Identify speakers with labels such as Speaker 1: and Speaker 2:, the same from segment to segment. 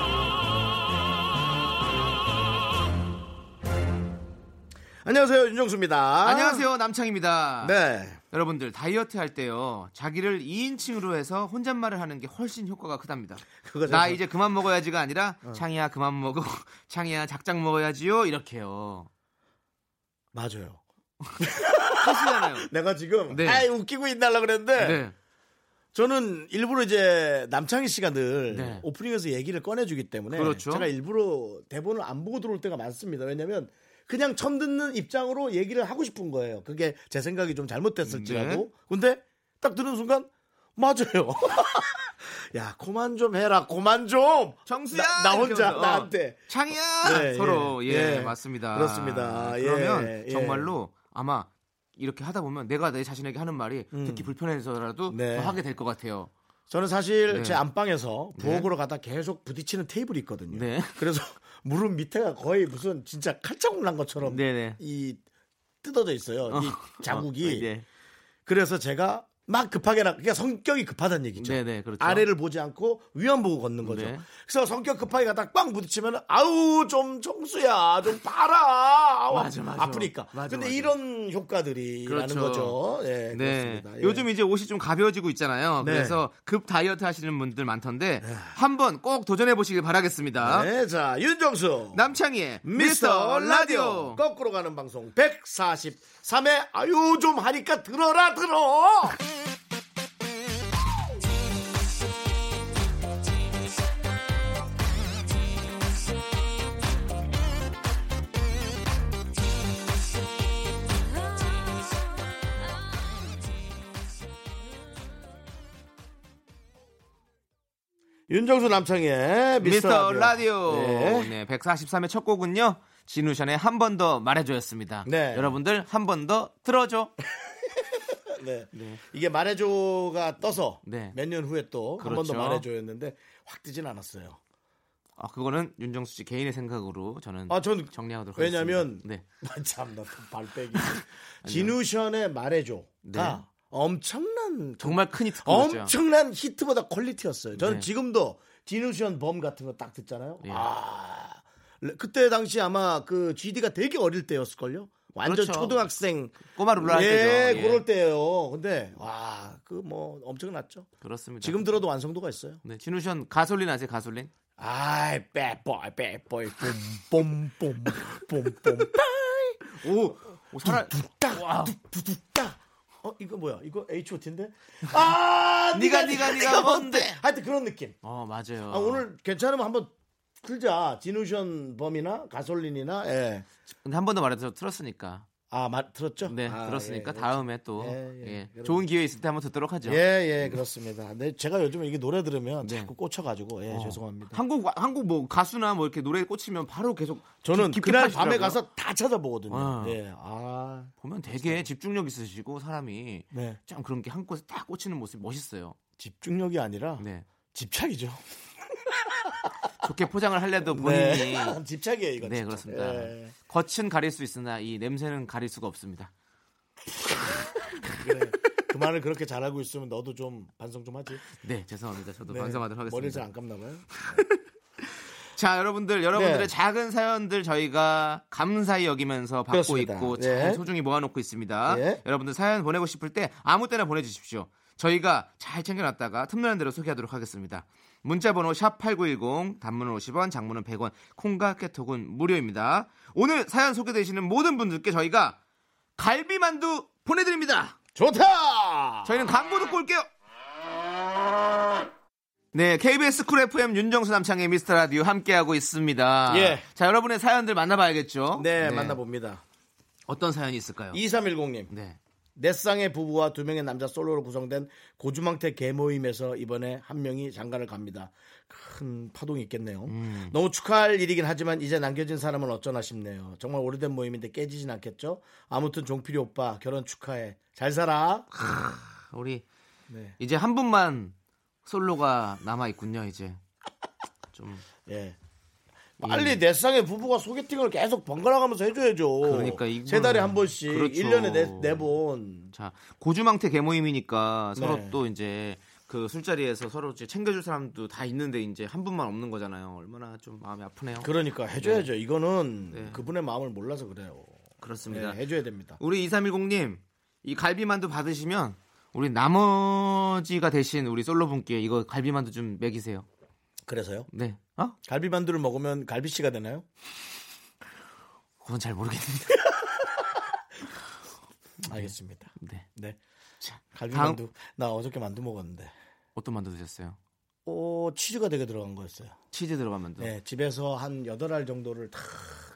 Speaker 1: 안녕하세요 윤정수입니다.
Speaker 2: 안녕하세요 남창입니다.
Speaker 1: 아. 네.
Speaker 2: 여러분들 다이어트 할 때요 자기를 2인칭으로 해서 혼잣말을 하는 게 훨씬 효과가 크답니다.
Speaker 1: 그거
Speaker 2: 나
Speaker 1: 자주-
Speaker 2: 이제 그만 먹어야지가 아니라 창이야 그만 먹어 창이야 작작 먹어야지요 이렇게요.
Speaker 1: 맞아요.
Speaker 2: 실수잖아요.
Speaker 1: 내가 지금
Speaker 2: 네.
Speaker 1: 아이 웃기고 있날라 그랬는데
Speaker 2: 네.
Speaker 1: 저는 일부러 이제 남창희 씨가 늘
Speaker 2: 네.
Speaker 1: 오프닝에서 얘기를 꺼내주기 때문에
Speaker 2: 그렇죠.
Speaker 1: 제가 일부러 대본을 안 보고 들어올 때가 많습니다. 왜냐하면 그냥 처음 듣는 입장으로 얘기를 하고 싶은 거예요. 그게 제 생각이 좀 잘못됐을지라도.
Speaker 2: 네.
Speaker 1: 근데 딱 듣는 순간 맞아요. 야, 그만 좀 해라, 그만 좀.
Speaker 2: 정수야
Speaker 1: 나, 나
Speaker 2: 이렇게
Speaker 1: 혼자
Speaker 2: 하면서, 어,
Speaker 1: 나한테.
Speaker 2: 창이야
Speaker 1: 네,
Speaker 2: 서로
Speaker 1: 예,
Speaker 2: 예,
Speaker 1: 예.
Speaker 2: 맞습니다.
Speaker 1: 그렇습니다. 예,
Speaker 2: 그러면
Speaker 1: 예.
Speaker 2: 정말로 아마 이렇게 하다 보면 내가 내 자신에게 하는 말이 듣기 불편해서라도
Speaker 1: 음. 네.
Speaker 2: 더 하게 될 것 같아요.
Speaker 1: 저는 사실
Speaker 2: 네.
Speaker 1: 제 안방에서 부엌으로 가다 계속 부딪히는 테이블이 있거든요.
Speaker 2: 네.
Speaker 1: 그래서 무릎 밑에가 거의 무슨 진짜 칼자국 난 것처럼
Speaker 2: 네네.
Speaker 1: 이 뜯어져 있어요. 이 자국이.
Speaker 2: 어, 예.
Speaker 1: 그래서 제가 막 급하게 나 그러니까 성격이 급하다는 얘기죠.
Speaker 2: 네네, 그렇죠.
Speaker 1: 아래를 보지 않고 위만 보고 걷는 거죠.
Speaker 2: 네.
Speaker 1: 그래서 성격 급하게 가다 빵 부딪히면 아우 좀 정수야 좀 봐라. 아우,
Speaker 2: 맞아, 맞아.
Speaker 1: 아프니까.
Speaker 2: 맞아,
Speaker 1: 근데
Speaker 2: 맞아.
Speaker 1: 이런 효과들이라는
Speaker 2: 그렇죠.
Speaker 1: 거죠. 예,
Speaker 2: 네.
Speaker 1: 그렇습니다. 예.
Speaker 2: 요즘 이제 옷이 좀 가벼워지고 있잖아요.
Speaker 1: 네.
Speaker 2: 그래서 급 다이어트 하시는 분들 많던데 한번 꼭 도전해 보시길 바라겠습니다.
Speaker 1: 네, 자 윤정수
Speaker 2: 남창희의
Speaker 1: 미스터 라디오 거꾸로 가는 방송 143회 아유 좀 하니까 들어라 들어 윤정수 남창의
Speaker 2: 미스터 라디오.
Speaker 1: 네.
Speaker 2: 네. 143의 첫 곡은요. 진우션의 한 번 더 말해줘였습니다.
Speaker 1: 네.
Speaker 2: 여러분들 한 번 더 들어줘.
Speaker 1: 네. 이게 말해줘가 떠서
Speaker 2: 네.
Speaker 1: 몇 년 후에 또 한 번 더
Speaker 2: 그렇죠.
Speaker 1: 말해줘였는데 확 뜨진 않았어요.
Speaker 2: 아, 그거는 윤정수 씨 개인의 생각으로 저는
Speaker 1: 아, 전
Speaker 2: 정리하도록
Speaker 1: 왜냐면
Speaker 2: 하겠습니다. 네.
Speaker 1: 참나 발빼기. 진우션의 말해줘가
Speaker 2: 네.
Speaker 1: 엄청난
Speaker 2: 정말 큰 히트.
Speaker 1: 엄청난 히트보다 퀄리티였어요. 저는
Speaker 2: 네.
Speaker 1: 지금도 디누션 범 같은 거 딱 듣잖아요.
Speaker 2: 예.
Speaker 1: 아 레- 그때 당시 아마 그 GD가 되게 어릴 때였을걸요. 완전
Speaker 2: 그렇죠.
Speaker 1: 초등학생
Speaker 2: 꼬마 룰라 할
Speaker 1: 예,
Speaker 2: 때죠. 예.
Speaker 1: 그럴 때예요. 근데 와 그 뭐 엄청났죠.
Speaker 2: 그렇습니다.
Speaker 1: 지금 들어도 완성도가 있어요.
Speaker 2: 네, 진우션 가솔린 아세요? 가솔린?
Speaker 1: 아이 빼보이 빼보이 뽐뽐뽐뽐뽐
Speaker 2: 오, 오 살아.
Speaker 1: 뚝딱 뚝뚝딱 어 이거 뭐야 이거 H.O.T.인데 아
Speaker 2: 네가, 네가, 네가 뭔데?
Speaker 1: 하여튼 그런 느낌
Speaker 2: 어 맞아요.
Speaker 1: 아, 오늘 괜찮으면 한번 틀자. 진우션 범이나 가솔린이나 예.
Speaker 2: 근데 한 번 더 말해서 들었으니까.
Speaker 1: 아, 말 들었죠?
Speaker 2: 네,
Speaker 1: 아,
Speaker 2: 들었으니까
Speaker 1: 예,
Speaker 2: 다음에 또
Speaker 1: 예, 예.
Speaker 2: 예,
Speaker 1: 그럼.
Speaker 2: 좋은 기회 있을 때 한번 듣도록 하죠.
Speaker 1: 예, 예, 그렇습니다. 근데 제가 요즘에 이게 노래 들으면
Speaker 2: 네.
Speaker 1: 자꾸 꽂혀 가지고 예, 죄송합니다.
Speaker 2: 한국 한국 뭐 가수나 뭐 이렇게 노래 꽂히면 바로 계속
Speaker 1: 저는
Speaker 2: 깊- 깊이
Speaker 1: 그날 밤에
Speaker 2: 파시더라고요.
Speaker 1: 가서 다 찾아보거든요.
Speaker 2: 아.
Speaker 1: 예. 아.
Speaker 2: 보면 되게 집중력 있으시고 사람이
Speaker 1: 네.
Speaker 2: 참 그런 게 한 곳에 딱 꽂히는 모습이 멋있어요.
Speaker 1: 집중력이 아니라
Speaker 2: 네.
Speaker 1: 집착이죠.
Speaker 2: 좋게 포장을 하려도 본인이
Speaker 1: 네.
Speaker 2: 네,
Speaker 1: 집착이에요, 이건. 진짜.
Speaker 2: 그렇습니다.
Speaker 1: 예.
Speaker 2: 겉은 가릴 수 있으나 이 냄새는 가릴 수가 없습니다.
Speaker 1: 그래. 그 말을 그렇게 잘하고 있으면 너도 좀 반성 좀 하지.
Speaker 2: 네, 죄송합니다. 저도
Speaker 1: 네.
Speaker 2: 반성하도록 하겠습니다.
Speaker 1: 머리를 잘 안 감나 봐요.
Speaker 2: 자, 여러분들, 여러분들의
Speaker 1: 네.
Speaker 2: 작은 사연들 저희가 감사히 여기면서 받고
Speaker 1: 그렇습니다.
Speaker 2: 있고
Speaker 1: 예.
Speaker 2: 잘 소중히 모아놓고 있습니다.
Speaker 1: 예.
Speaker 2: 여러분들 사연 보내고 싶을 때 아무 때나 보내주십시오. 저희가 잘 챙겨놨다가 틈나는 대로 소개하도록 하겠습니다. 문자번호 샵8910 단문은 50원 장문은 100원 콩과 깨톡은 무료입니다. 오늘 사연 소개되시는 모든 분들께 저희가 갈비만두 보내드립니다.
Speaker 1: 좋다!
Speaker 2: 저희는 광고 듣고 올게요. 네, KBS 쿨 FM 윤정수 남창의 미스터 라디오 함께하고 있습니다.
Speaker 1: 예.
Speaker 2: 자, 여러분의 사연들 만나봐야겠죠?
Speaker 1: 네, 만나봅니다.
Speaker 2: 어떤 사연이 있을까요?
Speaker 1: 2310님.
Speaker 2: 네.
Speaker 1: 넷상의 부부와 두 명의 남자 솔로로 구성된 고주망태 개모임에서 이번에 한 명이 장가를 갑니다. 큰 파동이 있겠네요.
Speaker 2: 음.
Speaker 1: 너무 축하할 일이긴 하지만 이제 남겨진 사람은 어쩌나 싶네요. 정말 오래된 모임인데 깨지진 않겠죠? 아무튼 종필이 오빠 결혼 축하해. 잘 살아.
Speaker 2: 우리
Speaker 1: 네.
Speaker 2: 이제 한 분만 솔로가 남아 있군요. 이제 좀
Speaker 1: 예. 빨리 넷상의 부부가 소개팅을 계속 번갈아가면서 해줘야죠.
Speaker 2: 음. 그러니까 이거는-
Speaker 1: 세 달에 한 번씩,
Speaker 2: 그렇죠.
Speaker 1: 일년에 네, 네 번.
Speaker 2: 자 고주망태 개모임이니까 서로
Speaker 1: 네.
Speaker 2: 또 이제 그 술자리에서 서로 이제 챙겨줄 사람도 다 있는데 이제 한 분만 없는 거잖아요. 얼마나 좀 마음이 아프네요.
Speaker 1: 그러니까 해줘야죠. 이거는
Speaker 2: 네.
Speaker 1: 그분의 마음을 몰라서 그래요. 네,
Speaker 2: 그렇습니다.
Speaker 1: 해줘야 됩니다.
Speaker 2: 우리 2310님 이 갈비만두 받으시면 우리 나머지가 대신 우리 솔로분께 이거 갈비만두 좀 먹이세요.
Speaker 1: 그래서요?
Speaker 2: 네. 어?
Speaker 1: 갈비만두를 먹으면 갈비씨가 되나요?
Speaker 2: 그건 잘 모르겠는데.
Speaker 1: 알겠습니다.
Speaker 2: 네.
Speaker 1: 네.
Speaker 2: 자,
Speaker 1: 갈비만두. 나 어저께 만두 먹었는데.
Speaker 2: 어떤 만두 드셨어요?
Speaker 1: 오, 치즈가 되게 들어간 거였어요.
Speaker 2: 치즈 들어간 만두.
Speaker 1: 네, 집에서 한 여덟 알 정도를 탁,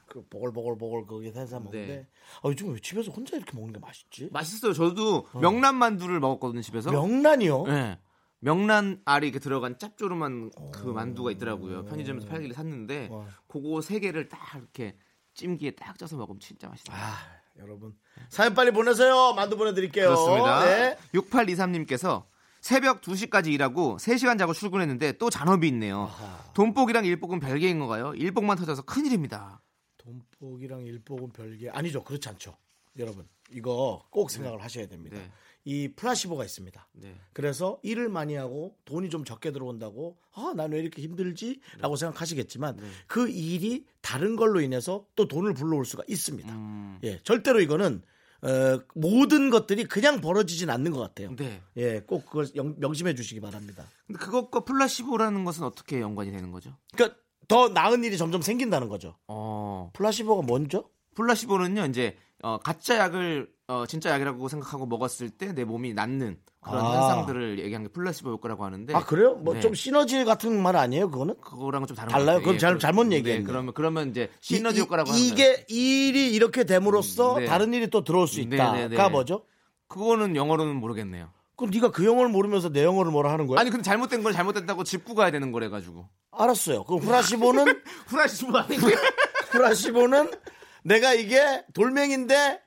Speaker 1: 그 보글보글보글 거기 해서 먹는데.
Speaker 2: 네.
Speaker 1: 아, 요즘 왜 집에서 혼자 이렇게 먹는 게 맛있지?
Speaker 2: 맛있어요. 저도 명란 만두를 먹었거든요 집에서.
Speaker 1: 명란이요?
Speaker 2: 네. 명란 알이 이렇게 들어간 짭조름한 그 만두가 있더라고요. 편의점에서 팔길래 샀는데
Speaker 1: 와.
Speaker 2: 그거 세 개를 딱 이렇게 찜기에 딱 쪄서 먹으면 진짜 맛있어요.
Speaker 1: 아, 여러분. 사연 빨리 보내세요. 만두 보내드릴게요.
Speaker 2: 그렇습니다.
Speaker 1: 네.
Speaker 2: 6823님께서 새벽 2시까지 일하고 3시간 자고 출근했는데 또 잔업이 있네요. 돈복이랑 일복은 별개인 건가요? 일복만 터져서 큰일입니다.
Speaker 1: 돈복이랑 일복은 별개 아니죠. 그렇지 않죠. 여러분 이거 꼭 생각을 하셔야 됩니다.
Speaker 2: 네.
Speaker 1: 이 플라시보가 있습니다.
Speaker 2: 네.
Speaker 1: 그래서 일을 많이 하고 돈이 좀 적게 들어온다고 아, 난 왜 이렇게 힘들지? 라고 생각하시겠지만
Speaker 2: 네.
Speaker 1: 그 일이 다른 걸로 인해서 또 돈을 불러올 수가 있습니다.
Speaker 2: 음.
Speaker 1: 예, 절대로 이거는 어, 모든 것들이 그냥 벌어지진 않는 것 같아요.
Speaker 2: 네.
Speaker 1: 예, 꼭 그걸 영- 명심해 주시기 바랍니다.
Speaker 2: 근데 그것과 플라시보라는 것은 어떻게 연관이 되는 거죠?
Speaker 1: 그러니까 더 나은 일이 점점 생긴다는 거죠.
Speaker 2: 어,
Speaker 1: 플라시보가 뭔죠?
Speaker 2: 플라시보는요, 이제 어, 가짜 약을 어, 진짜 약이라고 생각하고 먹었을 때 내 몸이 낫는 그런
Speaker 1: 아.
Speaker 2: 현상들을 얘기한 게 플라시보 효과라고 하는데
Speaker 1: 아 그래요? 뭐
Speaker 2: 네.
Speaker 1: 좀 시너지 같은 말 아니에요? 그거는?
Speaker 2: 그거랑은 좀 다른
Speaker 1: 달라요?
Speaker 2: 것 같아요.
Speaker 1: 그럼 잘-
Speaker 2: 그렇-
Speaker 1: 잘못 얘기했네.
Speaker 2: 그러면 그러면 이제 시너지
Speaker 1: 이-
Speaker 2: 효과라고
Speaker 1: 이, 이게
Speaker 2: 하는데
Speaker 1: 일이 이렇게 됨으로써
Speaker 2: 음, 네.
Speaker 1: 다른 일이 또 들어올 수
Speaker 2: 네,
Speaker 1: 있다가
Speaker 2: 네, 네.
Speaker 1: 뭐죠?
Speaker 2: 그거는 영어로는 모르겠네요.
Speaker 1: 그럼 네가 그 영어를 모르면서 내 영어를 뭐라 하는 거야?
Speaker 2: 아니 근데 잘못된 걸 잘못됐다고 짚고 가야 되는 거래 가지고
Speaker 1: 알았어요. 그럼 후라시보는
Speaker 2: 후라시보 아니고
Speaker 1: 후라시보는 내가 이게 돌멩인데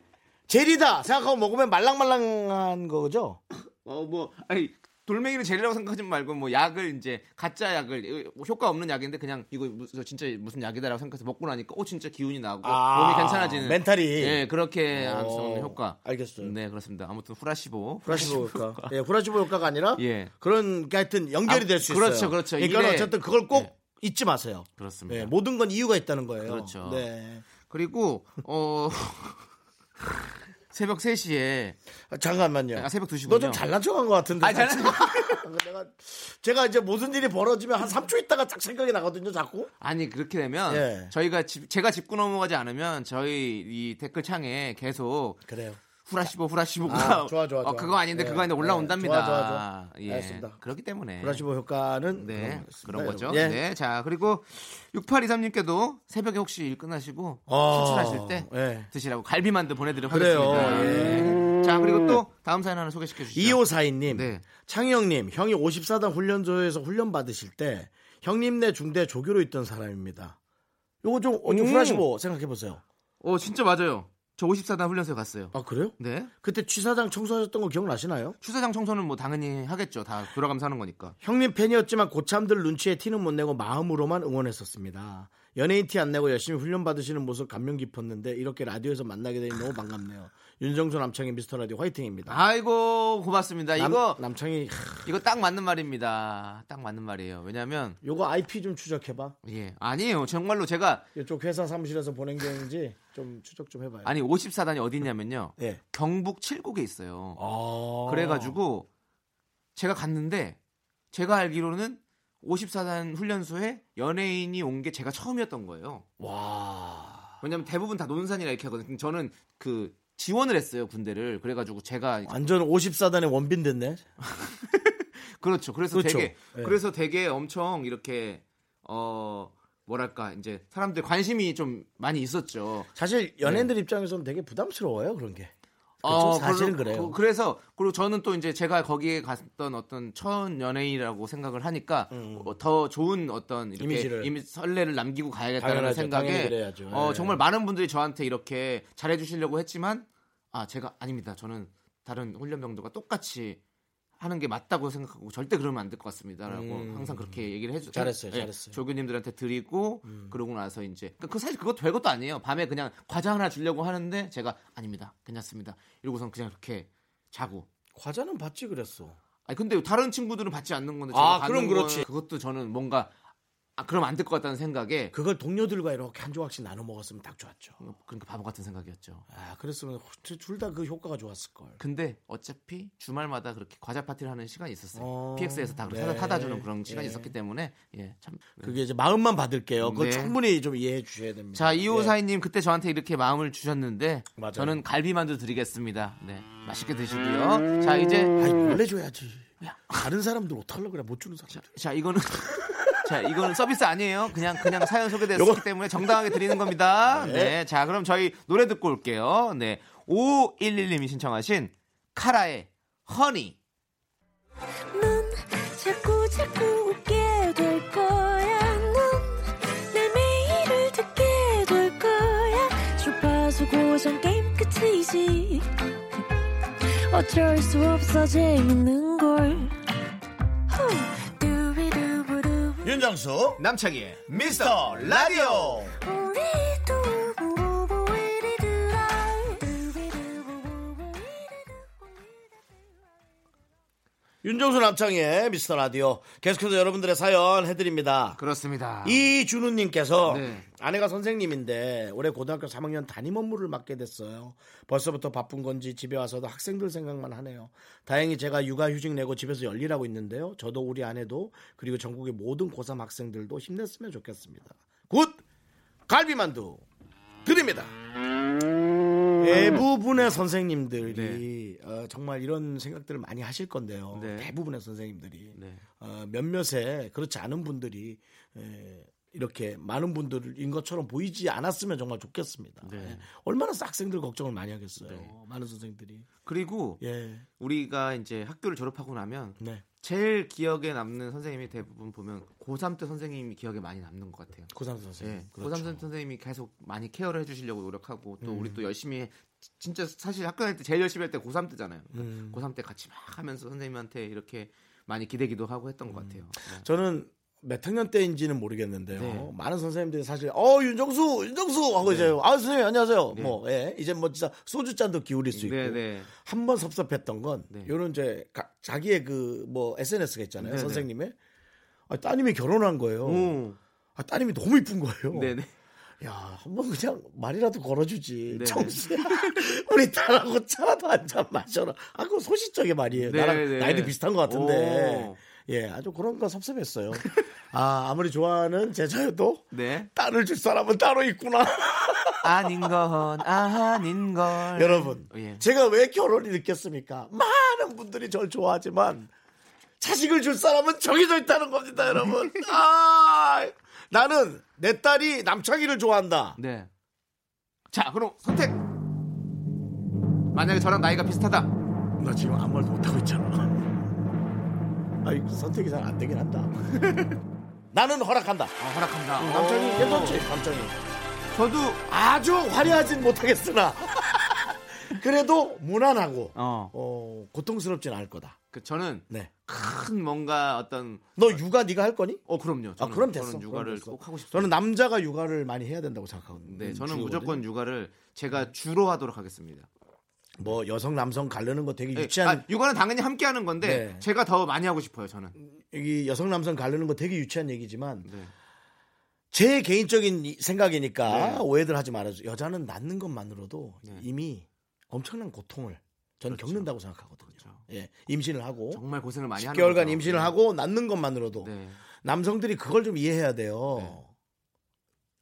Speaker 1: 젤이다 생각하고 먹으면 말랑말랑한 거죠?
Speaker 2: 어뭐 아니 돌멩이는 젤이라고 생각하지 말고 뭐 약을 이제 가짜 약을 어, 뭐 효과 없는 약인데 그냥 이거 무슨- 진짜 무슨 약이다라고 생각해서 먹고 나니까 어 진짜 기운이 나고
Speaker 1: 아,
Speaker 2: 몸이 괜찮아지는
Speaker 1: 멘탈이.
Speaker 2: 예 그렇게 할 수 없는
Speaker 1: 어,
Speaker 2: 효과
Speaker 1: 알겠어요.
Speaker 2: 네 그렇습니다 아무튼 후라시보
Speaker 1: 후라시보 효과. 예, 후라시보 효과가 아니라
Speaker 2: 예.
Speaker 1: 그런 게 하여튼 연결이
Speaker 2: 아,
Speaker 1: 될 수
Speaker 2: 그렇죠,
Speaker 1: 있어요.
Speaker 2: 그렇죠.
Speaker 1: 그러니까
Speaker 2: 일에-
Speaker 1: 어쨌든 그걸 꼭
Speaker 2: 네.
Speaker 1: 잊지 마세요.
Speaker 2: 그렇습니다
Speaker 1: 예, 모든 건 이유가 있다는 거예요.
Speaker 2: 그렇죠.
Speaker 1: 네.
Speaker 2: 그리고 어 새벽 3시에
Speaker 1: 아, 잠깐만요.
Speaker 2: 아, 새벽 2시군요.
Speaker 1: 너 좀 잘난 척한 것 같은데.
Speaker 2: 아, 잘난
Speaker 1: 내가 제가 이제 무슨 일이 벌어지면 한 3초 있다가 딱 생각이 나거든요, 자꾸.
Speaker 2: 아니 그렇게 되면
Speaker 1: 예.
Speaker 2: 저희가 집, 제가 짚고 넘어가지 않으면 저희 이 댓글 창에 계속
Speaker 1: 그래요.
Speaker 2: 후라시보 후라시보가
Speaker 1: 아, 좋아, 좋아,
Speaker 2: 어,
Speaker 1: 좋아.
Speaker 2: 그거 아닌데
Speaker 1: 예,
Speaker 2: 그거 아닌데
Speaker 1: 예,
Speaker 2: 올라온답니다.
Speaker 1: 좋아, 좋아, 좋아.
Speaker 2: 예.
Speaker 1: 알겠습니다.
Speaker 2: 그렇기 때문에
Speaker 1: 브라시보 효과는
Speaker 2: 네
Speaker 1: 그런, 거였습니다,
Speaker 2: 그런 거죠.
Speaker 1: 여러분. 예.
Speaker 2: 네. 자 그리고 6823님께도 새벽에 혹시 일 끝나시고
Speaker 1: 아,
Speaker 2: 출출하실 때
Speaker 1: 예.
Speaker 2: 드시라고 갈비만두 보내드리도록
Speaker 1: 그래요.
Speaker 2: 하겠습니다.
Speaker 1: 예.
Speaker 2: 네. 자 그리고 또 다음 사연 하나 소개시켜 주시죠.
Speaker 1: 2542님,
Speaker 2: 네.
Speaker 1: 창영님, 형이 54단 훈련소에서 훈련 받으실 때 형님 네 중대 조교로 있던 사람입니다. 요거 좀, 어, 좀
Speaker 2: 음.
Speaker 1: 후라시보 생각해 보세요.
Speaker 2: 어 진짜 맞아요. 저 54단 훈련소에 갔어요.
Speaker 1: 아 그래요?
Speaker 2: 네.
Speaker 1: 그때 취사장 청소하셨던 거 기억나시나요?
Speaker 2: 추사장 청소는 뭐 당연히 하겠죠. 다 돌아가면서 하는 거니까.
Speaker 1: 형님 팬이었지만 고참들 눈치에 티는 못 내고 마음으로만 응원했었습니다. 연예인 티 안 내고 열심히 훈련 받으시는 모습 감명 깊었는데 이렇게 라디오에서 만나게 되니 너무 반갑네요. 윤정수 남창희 미스터 라디오 화이팅입니다.
Speaker 2: 아이고 고맙습니다.
Speaker 1: 남,
Speaker 2: 이거
Speaker 1: 남창희
Speaker 2: 이거 딱 맞는 말입니다. 딱 맞는 말이에요. 왜냐면
Speaker 1: 요거 IP 좀 추적해봐.
Speaker 2: 예 아니에요. 정말로 제가
Speaker 1: 이쪽 회사 사무실에서 보낸 게인지 좀 추적 좀 해봐요.
Speaker 2: 아니 54단이 어디냐면요.
Speaker 1: 예.
Speaker 2: 경북 칠곡에 있어요.
Speaker 1: 아.
Speaker 2: 그래가지고 제가 갔는데 제가 알기로는 54단 훈련소에 연예인이 온 게 제가 처음이었던 거예요.
Speaker 1: 와.
Speaker 2: 왜냐면 대부분 다 논산이라 이렇게 하거든요. 근데 저는 그 지원을 했어요 군대를. 그래가지고 제가
Speaker 1: 완전 54단의 원빈 됐네.
Speaker 2: 그렇죠. 그래서
Speaker 1: 그렇죠.
Speaker 2: 되게
Speaker 1: 예.
Speaker 2: 그래서 되게 엄청 이렇게 어 뭐랄까 이제 사람들 관심이 좀 많이 있었죠.
Speaker 1: 사실 연예인들 입장에서는 되게 부담스러워요 그런 게. 네. 그렇죠.
Speaker 2: 어,
Speaker 1: 사실은
Speaker 2: 그걸-
Speaker 1: 그래요.
Speaker 2: 그- 그래서 그리고 저는 또 이제 제가 거기에 갔던 어떤 첫 연예인이라고 생각을 하니까 어, 더 좋은 어떤 이렇게
Speaker 1: 음. 이미지를.
Speaker 2: 이미 설레를 남기고 가야겠다는
Speaker 1: 당연하죠. 당연히
Speaker 2: 생각에
Speaker 1: 그래야죠.
Speaker 2: 어,
Speaker 1: 예.
Speaker 2: 정말 많은 분들이 저한테 이렇게 잘해주시려고 했지만 아 제가 아닙니다. 저는 다른 훈련병들과 똑같이 하는 게 맞다고 생각하고 절대 그러면 안 될 것 같습니다라고
Speaker 1: 음.
Speaker 2: 항상 그렇게 얘기를 해주
Speaker 1: 잘했어요,
Speaker 2: 예,
Speaker 1: 잘했어요. 음.
Speaker 2: 조교님들한테 드리고 그러고 나서 이제 그- 그 사실 그거 별것도 아니에요. 밤에 그냥 과자 하나 주려고 하는데 제가 아닙니다. 괜찮습니다. 이러고선 그냥 이렇게 자고.
Speaker 1: 과자는 받지 그랬어.
Speaker 2: 아니 근데 다른 친구들은 받지 않는 건데 제가
Speaker 1: 아, 그럼
Speaker 2: 받는
Speaker 1: 그렇지.
Speaker 2: 거는 그것도 저는 뭔가 아 그럼 안 될 것 같다는 생각에 그,
Speaker 1: 그걸 동료들과 이렇게 한 조각씩 나눠 먹었으면 딱 좋았죠.
Speaker 2: 그러니까 바보 같은 생각이었죠.
Speaker 1: 아, 그랬으면 둘 다 그 효과가 좋았을 걸.
Speaker 2: 근데 어차피 주말마다 그렇게 과자 파티를 하는 시간이 있었어요.
Speaker 1: 어,
Speaker 2: PX에서 다 그렇게
Speaker 1: 네.
Speaker 2: 사다 주는 그런 시간이
Speaker 1: 예.
Speaker 2: 있었기 때문에 예, 참
Speaker 1: 그게 이제 마음만 받을게요. 그걸
Speaker 2: 네.
Speaker 1: 충분히 좀 이해해 주셔야 됩니다.
Speaker 2: 자,
Speaker 1: 예.
Speaker 2: 이호사이님 그때 저한테 이렇게 마음을 주셨는데
Speaker 1: 맞아요.
Speaker 2: 저는 갈비만두 드리겠습니다. 네, 맛있게 드시고요. 자, 이제
Speaker 1: 예. 아이, 원래 줘야지. 다른 사람들 어떡하려고 그래. 못 주는 사람.
Speaker 2: 자 이거는 자 이거는 서비스 아니에요. 그냥 그냥 사연 소개됐기
Speaker 1: 요거-
Speaker 2: 때문에 정당하게 드리는 겁니다. 네. 자, 그럼 저희 노래 듣고 올게요. 네, 511님이 신청하신 카라의 허니.
Speaker 3: 넌 자꾸 자꾸 웃게 될 거야. 넌내 매일을 듣게 될 거야. 주파수 고정 게임 끝이지. 어쩔 수 없어 재밌는 걸. 후. 두비두부두.
Speaker 1: 윤정수.
Speaker 2: 남창희의 미스터 라디오
Speaker 3: 우리 두부부부 우리 두라. 두비두부부부 우리 두라.
Speaker 1: 윤정수 남창의 미스터 라디오. 계속해서 여러분들의 사연 해드립니다.
Speaker 2: 그렇습니다
Speaker 1: 이준우님께서
Speaker 2: 네.
Speaker 1: 아내가 선생님인데 올해 고등학교 3학년 담임 업무를 맡게 됐어요. 벌써부터 바쁜 건지 집에 와서도 학생들 생각만 하네요. 다행히 제가 육아휴직 내고 집에서 열일하고 있는데요. 저도 우리 아내도 그리고 전국의 모든 고3 학생들도 힘냈으면 좋겠습니다. 굿! 갈비만두 드립니다.
Speaker 2: 음.
Speaker 1: 네, 대부분의 선생님들이 어, 정말 이런 생각들을 많이 하실 건데요.
Speaker 2: 네.
Speaker 1: 대부분의 선생님들이
Speaker 2: 네.
Speaker 1: 어, 몇몇의 그렇지 않은 분들이 에, 이렇게 많은 분들인 것처럼 보이지 않았으면 정말 좋겠습니다.
Speaker 2: 네.
Speaker 1: 예. 얼마나 학생들 걱정을 많이 하겠어요. 많은 선생들이.
Speaker 2: 그리고
Speaker 1: 예,
Speaker 2: 우리가 이제 학교를 졸업하고 나면
Speaker 1: 네.
Speaker 2: 제일 기억에 남는 선생님이 대부분 보면 고3 때 선생님이 기억에 많이 남는 것 같아요.
Speaker 1: 고삼 선생님.
Speaker 2: 예,
Speaker 1: 그렇죠.
Speaker 2: 고삼 선생님이 계속 많이 케어를 해주시려고 노력하고 또 우리 또 열심히 해- 진짜 사실 학교 다닐 때 제일 열심히 할 때 고3 때잖아요. 그러니까 고3 때 같이 막 하면서 선생님한테 이렇게 많이 기대기도 하고 했던 것 같아요. 네.
Speaker 1: 저는 몇 학년 때인지는 모르겠는데요.
Speaker 2: 네.
Speaker 1: 많은 선생님들이 사실 어 윤정수 윤정수 하고 이제 아 선생님 안녕하세요. 뭐 예. 이제 뭐 진짜 소주 잔도 기울일 수 있고
Speaker 2: 네, 네.
Speaker 1: 한 번 섭섭했던 건
Speaker 2: 네.
Speaker 1: 요런 이제 가- 자기의 그 뭐 SNS가 있잖아요.
Speaker 2: 네,
Speaker 1: 선생님의 아, 따님이 결혼한 거예요.
Speaker 2: 오,
Speaker 1: 아, 따님이 너무 이쁜 거예요.
Speaker 2: 네네.
Speaker 1: 야, 한번 그냥 말이라도 걸어주지.
Speaker 2: 네네.
Speaker 1: 정수야, 우리 딸하고 차라도 한 잔 마셔라. 아, 그거 소시적인 말이에요. 나랑
Speaker 2: 네네.
Speaker 1: 나이도 비슷한 것 같은데.
Speaker 2: 오.
Speaker 1: 예, 아주 그런 거 섭섭했어요. 아, 아무리 좋아하는 제자여도
Speaker 2: 네.
Speaker 1: 딸을 줄 사람은 따로 있구나.
Speaker 2: 아닌 건 아닌 걸.
Speaker 1: 여러분,
Speaker 2: 예.
Speaker 1: 제가 왜 결혼이 늦겠습니까? 많은 분들이 절 좋아하지만 자식을 줄 사람은 정해져 있다는 겁니다, 여러분. 아, 나는 내 딸이 남창희를 좋아한다.
Speaker 2: 네. 자, 그럼 선택. 만약에 저랑 나이가 비슷하다. 어,
Speaker 1: 나 지금 아무 말도 못하고 있잖아. 아이 선택이 잘 안 되긴 한다. 나는 허락한다.
Speaker 2: 아, 허락합니다.
Speaker 1: 남창이 괜찮지? 남창이
Speaker 2: 저도
Speaker 1: 아주 화려하진 못하겠으나 그래도 무난하고 어.
Speaker 2: 어.
Speaker 1: 고통스럽진 않을 거다.
Speaker 2: 그 저는
Speaker 1: 네.
Speaker 2: 큰 뭔가 어떤
Speaker 1: 너 육아 네가 할 거니?
Speaker 2: 어 그럼요.
Speaker 1: 아
Speaker 2: 저는,
Speaker 1: 그럼 됐어.
Speaker 2: 저는
Speaker 1: 그럼
Speaker 2: 육아를
Speaker 1: 됐어.
Speaker 2: 꼭 하고 싶어요.
Speaker 1: 저는 남자가 육아를 많이 해야 된다고 생각하거든요.
Speaker 2: 네,
Speaker 1: 주거든요.
Speaker 2: 저는
Speaker 1: 네.
Speaker 2: 무조건 육아를 제가 주로 하도록 하겠습니다.
Speaker 1: 뭐 여성 남성 가르는 거 되게
Speaker 2: 예,
Speaker 1: 유치한
Speaker 2: 아, 육아는 당연히 함께 하는 건데
Speaker 1: 네. 음.
Speaker 2: 제가 더 많이 하고 싶어요. 저는.
Speaker 1: 이 여성 남성 가르는 거 되게 유치한 얘기지만
Speaker 2: 네.
Speaker 1: 제 개인적인 이- 생각이니까
Speaker 2: 네.
Speaker 1: 오해들 하지 말아줘. 여자는 낳는 것만으로도
Speaker 2: 네.
Speaker 1: 이미 엄청난 고통을 저는 겪는다고 생각하거든요.
Speaker 2: 그렇죠.
Speaker 1: 예, 임신을 하고
Speaker 2: 정말 고생을 많이 하는
Speaker 1: 10개월간
Speaker 2: 거죠.
Speaker 1: 임신을 하고 낳는 것만으로도
Speaker 2: 네.
Speaker 1: 남성들이 그걸 좀 이해해야 돼요.
Speaker 2: 네.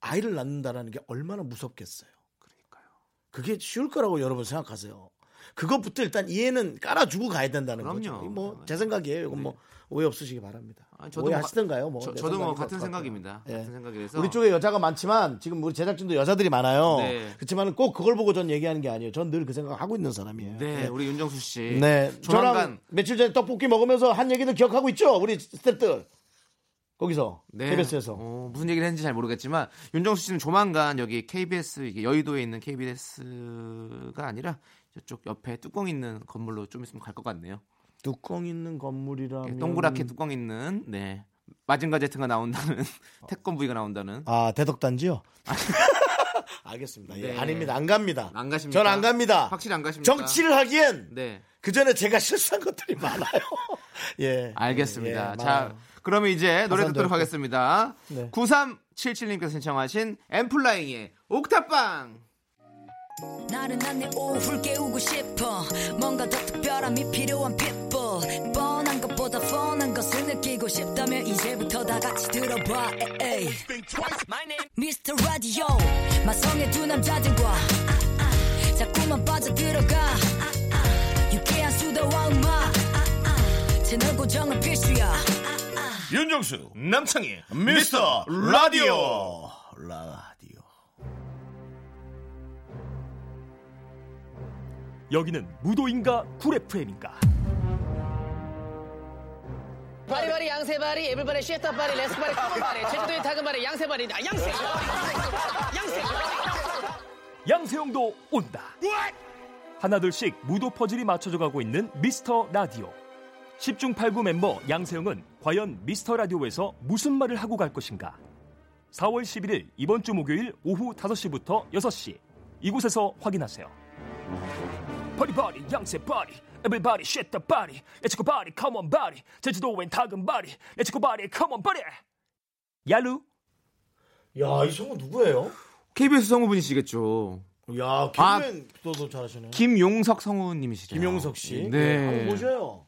Speaker 1: 아이를 낳는다라는 게 얼마나 무섭겠어요.
Speaker 2: 그러니까요.
Speaker 1: 그게 쉬울 거라고 여러분 생각하세요. 그것부터 일단 이해는 깔아주고 가야 된다는
Speaker 2: 그럼요. 네.
Speaker 1: 거죠. 뭐 제 생각이에요. 이건 뭐 오해 없으시기 바랍니다.
Speaker 2: 아니,
Speaker 1: 오해하시던가요? 뭐
Speaker 2: 저,
Speaker 1: 내
Speaker 2: 도뭐
Speaker 1: 생각인
Speaker 2: 같은
Speaker 1: 것 같아요.
Speaker 2: 생각입니다.
Speaker 1: 예.
Speaker 2: 같은 생각이라서
Speaker 1: 우리 쪽에 여자가 많지만 지금 우리 제작진도 여자들이 많아요.
Speaker 2: 네.
Speaker 1: 그렇지만 꼭 그걸 보고 전 얘기하는 게 아니에요. 전 늘 그 생각 하고 있는 사람이에요.
Speaker 2: 네,
Speaker 1: 네.
Speaker 2: 우리 윤정수 씨.
Speaker 1: 네. 저랑
Speaker 2: 조만간
Speaker 1: 며칠 전에 떡볶이 먹으면서 한 얘기들 기억하고 있죠? 우리 스탭들. 거기서.
Speaker 2: 네.
Speaker 1: KBS에서.
Speaker 2: 어, 무슨 얘기를 했는지 잘 모르겠지만 윤정수 씨는 조만간 여기 KBS 이게 여의도에 있는 KBS가 아니라 저쪽 옆에 뚜껑 있는 건물로 좀 있으면 갈 것 같네요.
Speaker 1: 뚜껑 있는 건물이라면.
Speaker 2: 예, 동그랗게 뚜껑 있는 네. 마징가 제트가 나온다는 태권 부위가 나온다는
Speaker 1: 아, 대덕단지요? 알겠습니다. 예,
Speaker 2: 네.
Speaker 1: 아닙니다. 안 갑니다.
Speaker 2: 안 가십니까?
Speaker 1: 전 아, 안 갑니다.
Speaker 2: 확실히 안 가십니까?
Speaker 1: 정치를 하기엔
Speaker 2: 네.
Speaker 1: 그 전에 제가 실수한 것들이 많아요. 예.
Speaker 2: 알겠습니다.
Speaker 1: 예,
Speaker 2: 자,
Speaker 1: 많아요.
Speaker 2: 그러면 이제 노래
Speaker 1: 가산도
Speaker 2: 듣도록
Speaker 1: 없고.
Speaker 2: 하겠습니다.
Speaker 1: 네.
Speaker 2: 9377님께서 신청하신 엠플라잉의 옥탑방.
Speaker 4: 나른한 내 오후를 깨우고 싶어 뭔가 더 특별함이 필요한 people 뻔한 것보다 뻔한 것을 느끼고 싶다면 이제부터 다 같이 들어봐 에이. Mr. Radio 마성의 두 남자들과 자꾸만 빠져들어가 유쾌한 수다와 음악 채널 고정은 필수야
Speaker 5: 윤정수 남창희
Speaker 1: 미스터 라디오. 라디오.
Speaker 6: 여기는 무도인가 구레프엠인가
Speaker 7: 바리바리 양세바리 에블바리 쉐타바리 레스바리 까만바리 제주도의 다금바리 양세바리 아, 양세 양세
Speaker 6: 양세형도 온다 하나둘씩 무도 퍼즐이 맞춰져 가고 있는 미스터 라디오 10중 8구 멤버 양세형은 과연 미스터 라디오에서 무슨 말을 하고 갈 것인가 4월 11일 이번 주 목요일 오후 5시부터 6시 이곳에서 확인하세요 바리바리 양세바리 에블바리 쉐타바리 레츠고바리 컴온바리 제주도엔 다금바리 레츠고바리 컴온바리 야루
Speaker 1: 야, 이 성우 누구예요?
Speaker 2: KBS 성우분이시겠죠.
Speaker 1: 야,
Speaker 2: 아,
Speaker 1: 김민 또도 잘하시네.
Speaker 2: 김용석 성우님이시죠.
Speaker 1: 김용석 씨.
Speaker 2: 네.
Speaker 1: 한번 보셔요.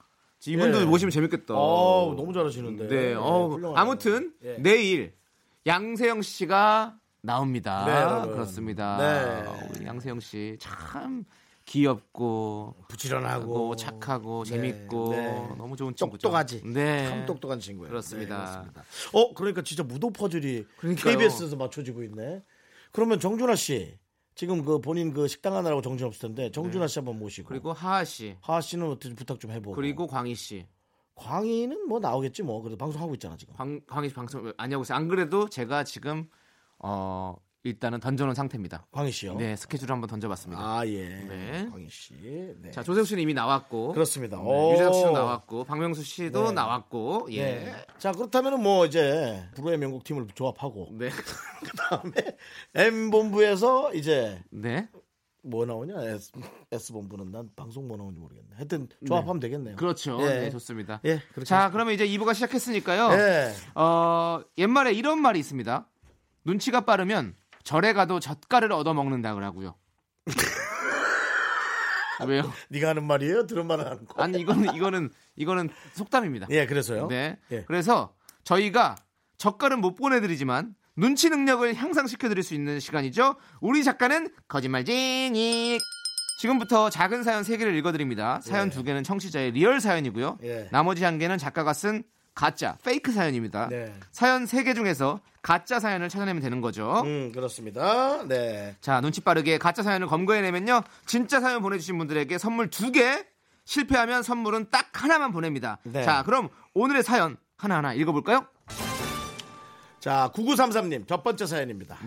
Speaker 2: 이분도
Speaker 1: 예.
Speaker 2: 모시면 재밌겠다.
Speaker 1: 어우, 너무 잘하시는데.
Speaker 2: 네. 어우,
Speaker 1: 훌륭하네요.
Speaker 2: 아무튼
Speaker 1: 예.
Speaker 2: 내일 양세형 씨가 나옵니다.
Speaker 1: 네, 여러분.
Speaker 2: 그렇습니다.
Speaker 1: 네.
Speaker 2: 우리 양세형 씨 참 귀엽고
Speaker 1: 부지런하고
Speaker 2: 하고 어, 착하고
Speaker 1: 네,
Speaker 2: 재밌고
Speaker 1: 네.
Speaker 2: 너무 좋은 친구죠.
Speaker 1: 똑똑하지.
Speaker 2: 네.
Speaker 1: 참 똑똑한 친구예요.
Speaker 2: 그렇습니다.
Speaker 1: 네, 어, 그러니까 진짜 무도 퍼즐이
Speaker 2: 그러니까요.
Speaker 1: KBS에서 맞춰지고 있네. 그러면 정준하 씨 지금 그 본인 그 식당 하나라고 정신 없을 텐데 정준하 씨 한번 모시고
Speaker 2: 네. 그리고 하하 씨
Speaker 1: 하하 씨는 어떻게 부탁 좀 해보고
Speaker 2: 그리고 광희 씨.
Speaker 1: 광희는 뭐 나오겠지 뭐 그래도 방송 하고 있잖아 지금.
Speaker 2: 광, 광희 씨 방송 안 하고 있어요. 안 그래도 제가 지금 어 일단은 던져놓은 상태입니다.
Speaker 1: 광희 씨요.
Speaker 2: 네 스케줄을 한번 던져봤습니다.
Speaker 1: 아 예.
Speaker 2: 네.
Speaker 1: 광희 씨. 네.
Speaker 2: 자 조세호 씨는 이미 나왔고
Speaker 1: 그렇습니다.
Speaker 2: 네, 유재석 씨도
Speaker 1: 오.
Speaker 2: 나왔고 박명수 씨도
Speaker 1: 네.
Speaker 2: 나왔고 예.
Speaker 1: 네. 자 그렇다면은 뭐 이제 불후의 명곡 팀을 조합하고
Speaker 2: 네.
Speaker 1: 그다음에 M 본부에서 이제
Speaker 2: 네.
Speaker 1: 뭐 나오냐 S, S 본부는 난 방송 뭐 나오는지 모르겠네. 하여튼 조합하면 되겠네요.
Speaker 2: 그렇죠.
Speaker 1: 예.
Speaker 2: 네, 좋습니다.
Speaker 1: 예, 그렇게
Speaker 2: 자, 그러면 이제 2부가 시작했으니까요.
Speaker 1: 예.
Speaker 2: 어, 옛말에 이런 말이 있습니다. 눈치가 빠르면 절에 가도 젓갈을 얻어 먹는다 그러고요. 왜요?
Speaker 1: 네가 하는 말이에요? 들은 말은 안 거.
Speaker 2: 아니 이거는 이거는 이거는 속담입니다.
Speaker 1: 예, 그래서요.
Speaker 2: 네.
Speaker 1: 예.
Speaker 2: 그래서 저희가 젓갈은 못 보내드리지만 눈치 능력을 향상시켜드릴 수 있는 시간이죠. 우리 작가는 거짓말쟁이. 지금부터 작은 사연 3개를 읽어드립니다. 사연
Speaker 1: 예.
Speaker 2: 두 2개는 청취자의 리얼 사연이고요.
Speaker 1: 예.
Speaker 2: 나머지 한개는 작가가 쓴 가짜, 페이크 사연입니다.
Speaker 1: 네.
Speaker 2: 사연 3개 중에서 가짜 사연을 찾아내면 되는 거죠.
Speaker 1: 음, 그렇습니다. 네.
Speaker 2: 자, 눈치 빠르게 가짜 사연을 검거해내면요. 진짜 사연 보내주신 분들에게 선물 두 개, 실패하면 선물은 딱 하나만 보냅니다.
Speaker 1: 네.
Speaker 2: 자, 그럼 오늘의 사연 하나하나 읽어볼까요?
Speaker 1: 자, 9933님, 첫 번째 사연입니다.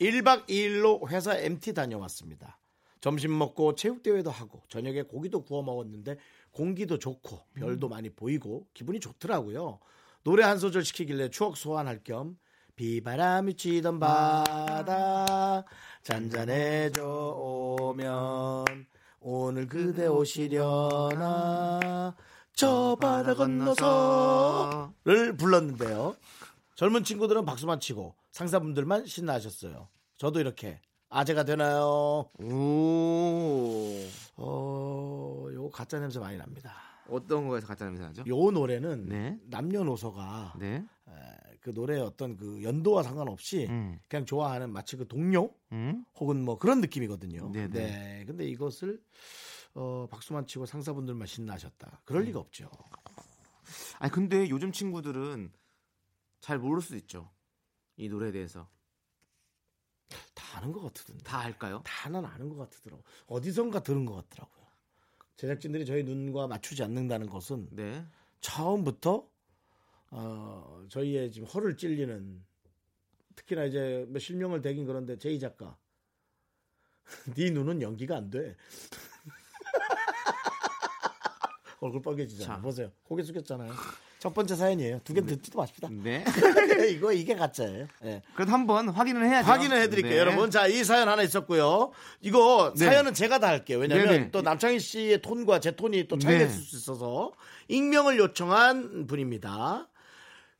Speaker 1: 1박 2일로 회사 MT 다녀왔습니다. 점심 먹고 체육대회도 하고, 저녁에 고기도 구워 먹었는데, 공기도 좋고, 별도 많이 보이고, 기분이 좋더라고요. 노래 한 소절 시키길래 추억 소환할 겸, 비바람이 치던 바다, 잔잔해져 오면, 오늘 그대 오시려나, 저 바다 건너서를 불렀는데요. 젊은 친구들은 박수만 치고 상사분들만 신나하셨어요. 저도 이렇게 아재가 되나요?
Speaker 2: 오,
Speaker 1: 어, 요 가짜 냄새 많이 납니다.
Speaker 2: 어떤 거에서 가짜 냄새 나죠?
Speaker 1: 요 노래는
Speaker 2: 네.
Speaker 1: 남녀노소가
Speaker 2: 네.
Speaker 1: 에, 그 노래의 어떤 그 연도와 상관없이 그냥 좋아하는 마치 그 동료
Speaker 2: 음?
Speaker 1: 혹은 뭐 그런 느낌이거든요.
Speaker 2: 네네.
Speaker 1: 네. 근데 이것을 어, 박수만 치고 상사분들만 신나하셨다. 그럴
Speaker 2: 네.
Speaker 1: 리가 없죠.
Speaker 2: 아니 근데 요즘 친구들은 잘 모를 수도 있죠. 이 노래에 대해서
Speaker 1: 다 아는 것 같으던데.
Speaker 2: 다 알까요?
Speaker 1: 다는 아는 것 같으더라고. 어디선가 들은 것 같더라고요. 제작진들이 저희 눈과 맞추지 않는다는 것은
Speaker 2: 네.
Speaker 1: 처음부터 어, 저희의 지금 허를 찔리는 특히나 이제 뭐 실명을 대긴 그런데 제이 작가 네 눈은 연기가 안 돼. 얼굴 빨개지잖아.
Speaker 2: 자.
Speaker 1: 보세요. 고개 숙였잖아요. 첫 번째 사연이에요. 두 개는 듣지도 마십시다.
Speaker 2: 네.
Speaker 1: 이거 이게 가짜예요. 예.
Speaker 2: 그래도 한번 확인을 해야죠.
Speaker 1: 확인을 해드릴게요,
Speaker 2: 네.
Speaker 1: 여러분. 자, 이 사연 하나 있었고요. 이거
Speaker 2: 네.
Speaker 1: 사연은 제가 다 할게요. 왜냐하면
Speaker 2: 네네.
Speaker 1: 또 남창희 씨의 톤과 제 톤이 또 차이가
Speaker 2: 네.
Speaker 1: 있을 수 있어서 익명을 요청한 분입니다.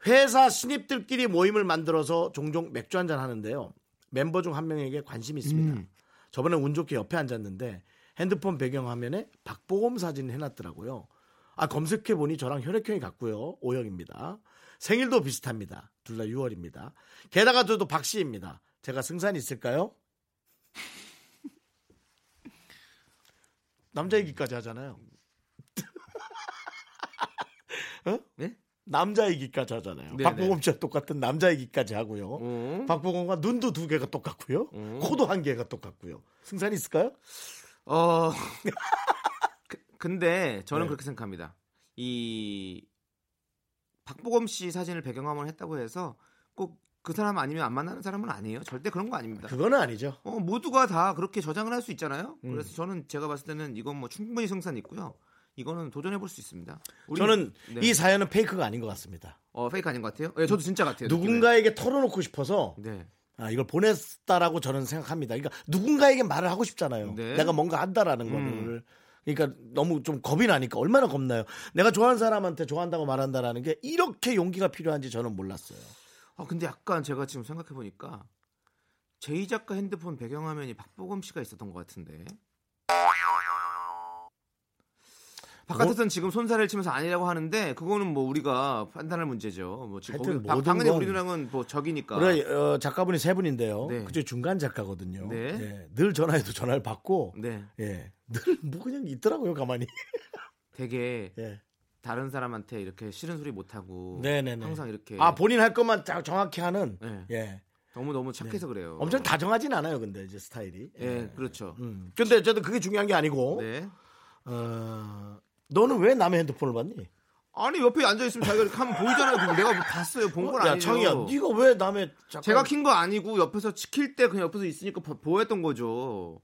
Speaker 1: 회사 신입들끼리 모임을 만들어서 종종 맥주 한잔 하는데요. 멤버 중 한 명에게 관심이 있습니다.
Speaker 2: 음.
Speaker 1: 저번에 운 좋게 옆에 앉았는데 핸드폰 배경화면에 박보검 사진 해놨더라고요. 아 검색해 보니 저랑 혈액형이 같고요. O형입니다. 생일도 비슷합니다. 둘 다 6월입니다. 게다가 저도 박씨입니다. 제가 승산이 있을까요? 남자 얘기까지 하잖아요.
Speaker 2: 네?
Speaker 1: 어? 남자 얘기까지 하잖아요.
Speaker 2: 네네.
Speaker 1: 박보검 씨와 똑같은 남자 얘기까지 하고요.
Speaker 2: 어.
Speaker 1: 박보검과 눈도 두 개가 똑같고요.
Speaker 2: 음.
Speaker 1: 코도 한 개가 똑같고요. 승산이 있을까요?
Speaker 2: 어. 그- 근데 저는
Speaker 1: 네.
Speaker 2: 그렇게 생각합니다. 이 박보검 씨 사진을 배경화면 했다고 해서 꼭 그 사람 아니면 안 만나는 사람은 아니에요. 절대 그런 거 아닙니다.
Speaker 1: 그거는 아니죠.
Speaker 2: 어, 모두가 다 그렇게 저장을 할 수 있잖아요.
Speaker 1: 음.
Speaker 2: 그래서 저는 제가 봤을 때는 이건 뭐 충분히 승산이 있고요. 이거는 도전해 볼 수 있습니다. 우리-
Speaker 1: 저는
Speaker 2: 네.
Speaker 1: 이 사연은 페이크가 아닌 것 같습니다.
Speaker 2: 어, 페이크 아닌 것 같아요. 예, 저도 진짜 같아요.
Speaker 1: 누군가에게 털어놓고 싶어서
Speaker 2: 느낌은. 네.
Speaker 1: 아, 이걸 보냈다라고 저는 생각합니다. 그러니까 누군가에게 말을 하고 싶잖아요.
Speaker 2: 네. 음.
Speaker 1: 내가 뭔가 한다라는 거를. 그러니까 너무 좀 겁이 나니까 얼마나 겁나요. 내가 좋아하는 사람한테 좋아한다고 말한다라는 게 이렇게 용기가 필요한지 저는 몰랐어요.
Speaker 2: 아, 근데 약간 제가 지금 생각해 보니까 제이 작가 핸드폰 배경화면이 박보검 씨가 있었던 것 같은데. 바깥에서는 지금 손사래를 치면서 아니라고 하는데 그거는 뭐 우리가 판단할 문제죠. 뭐 지금
Speaker 1: 하여튼
Speaker 2: 거기- 당-
Speaker 1: 모든
Speaker 2: 당연히
Speaker 1: 건-
Speaker 2: 우리랑은 뭐 적이니까.
Speaker 1: 그래 어, 작가분이 세 분인데요.
Speaker 2: 네.
Speaker 1: 그중에 중간 작가거든요.
Speaker 2: 네.
Speaker 1: 예, 늘 전화해도 전화를 받고
Speaker 2: 네.
Speaker 1: 예, 늘 뭐 그냥 있더라고요 가만히.
Speaker 2: 되게
Speaker 1: 예.
Speaker 2: 다른 사람한테 이렇게 싫은 소리 못 하고
Speaker 1: 네네네.
Speaker 2: 항상 이렇게
Speaker 1: 아 본인 할 것만 자- 정확히 하는.
Speaker 2: 네.
Speaker 1: 예.
Speaker 2: 너무 너무 착해서 그래요.
Speaker 1: 네. 엄청 다정하진 않아요 근데 이제 스타일이.
Speaker 2: 예, 그렇죠.
Speaker 1: 음. 근데 저도 그게 중요한 게 아니고.
Speaker 2: 네.
Speaker 1: 어, 너는 왜 남의 핸드폰을 봤니?
Speaker 2: 아니 옆에 앉아 있으면 자기가 이렇게 하면 보이잖아요. 그럼 내가 뭐 봤어요. 본 건
Speaker 1: 야
Speaker 2: 아니에요.
Speaker 1: 창이야, 네가 왜 남의 작가...
Speaker 2: 제가 킨 거 아니고 옆에서 지킬 때 그냥 옆에서 있으니까 보- 보였던 거죠.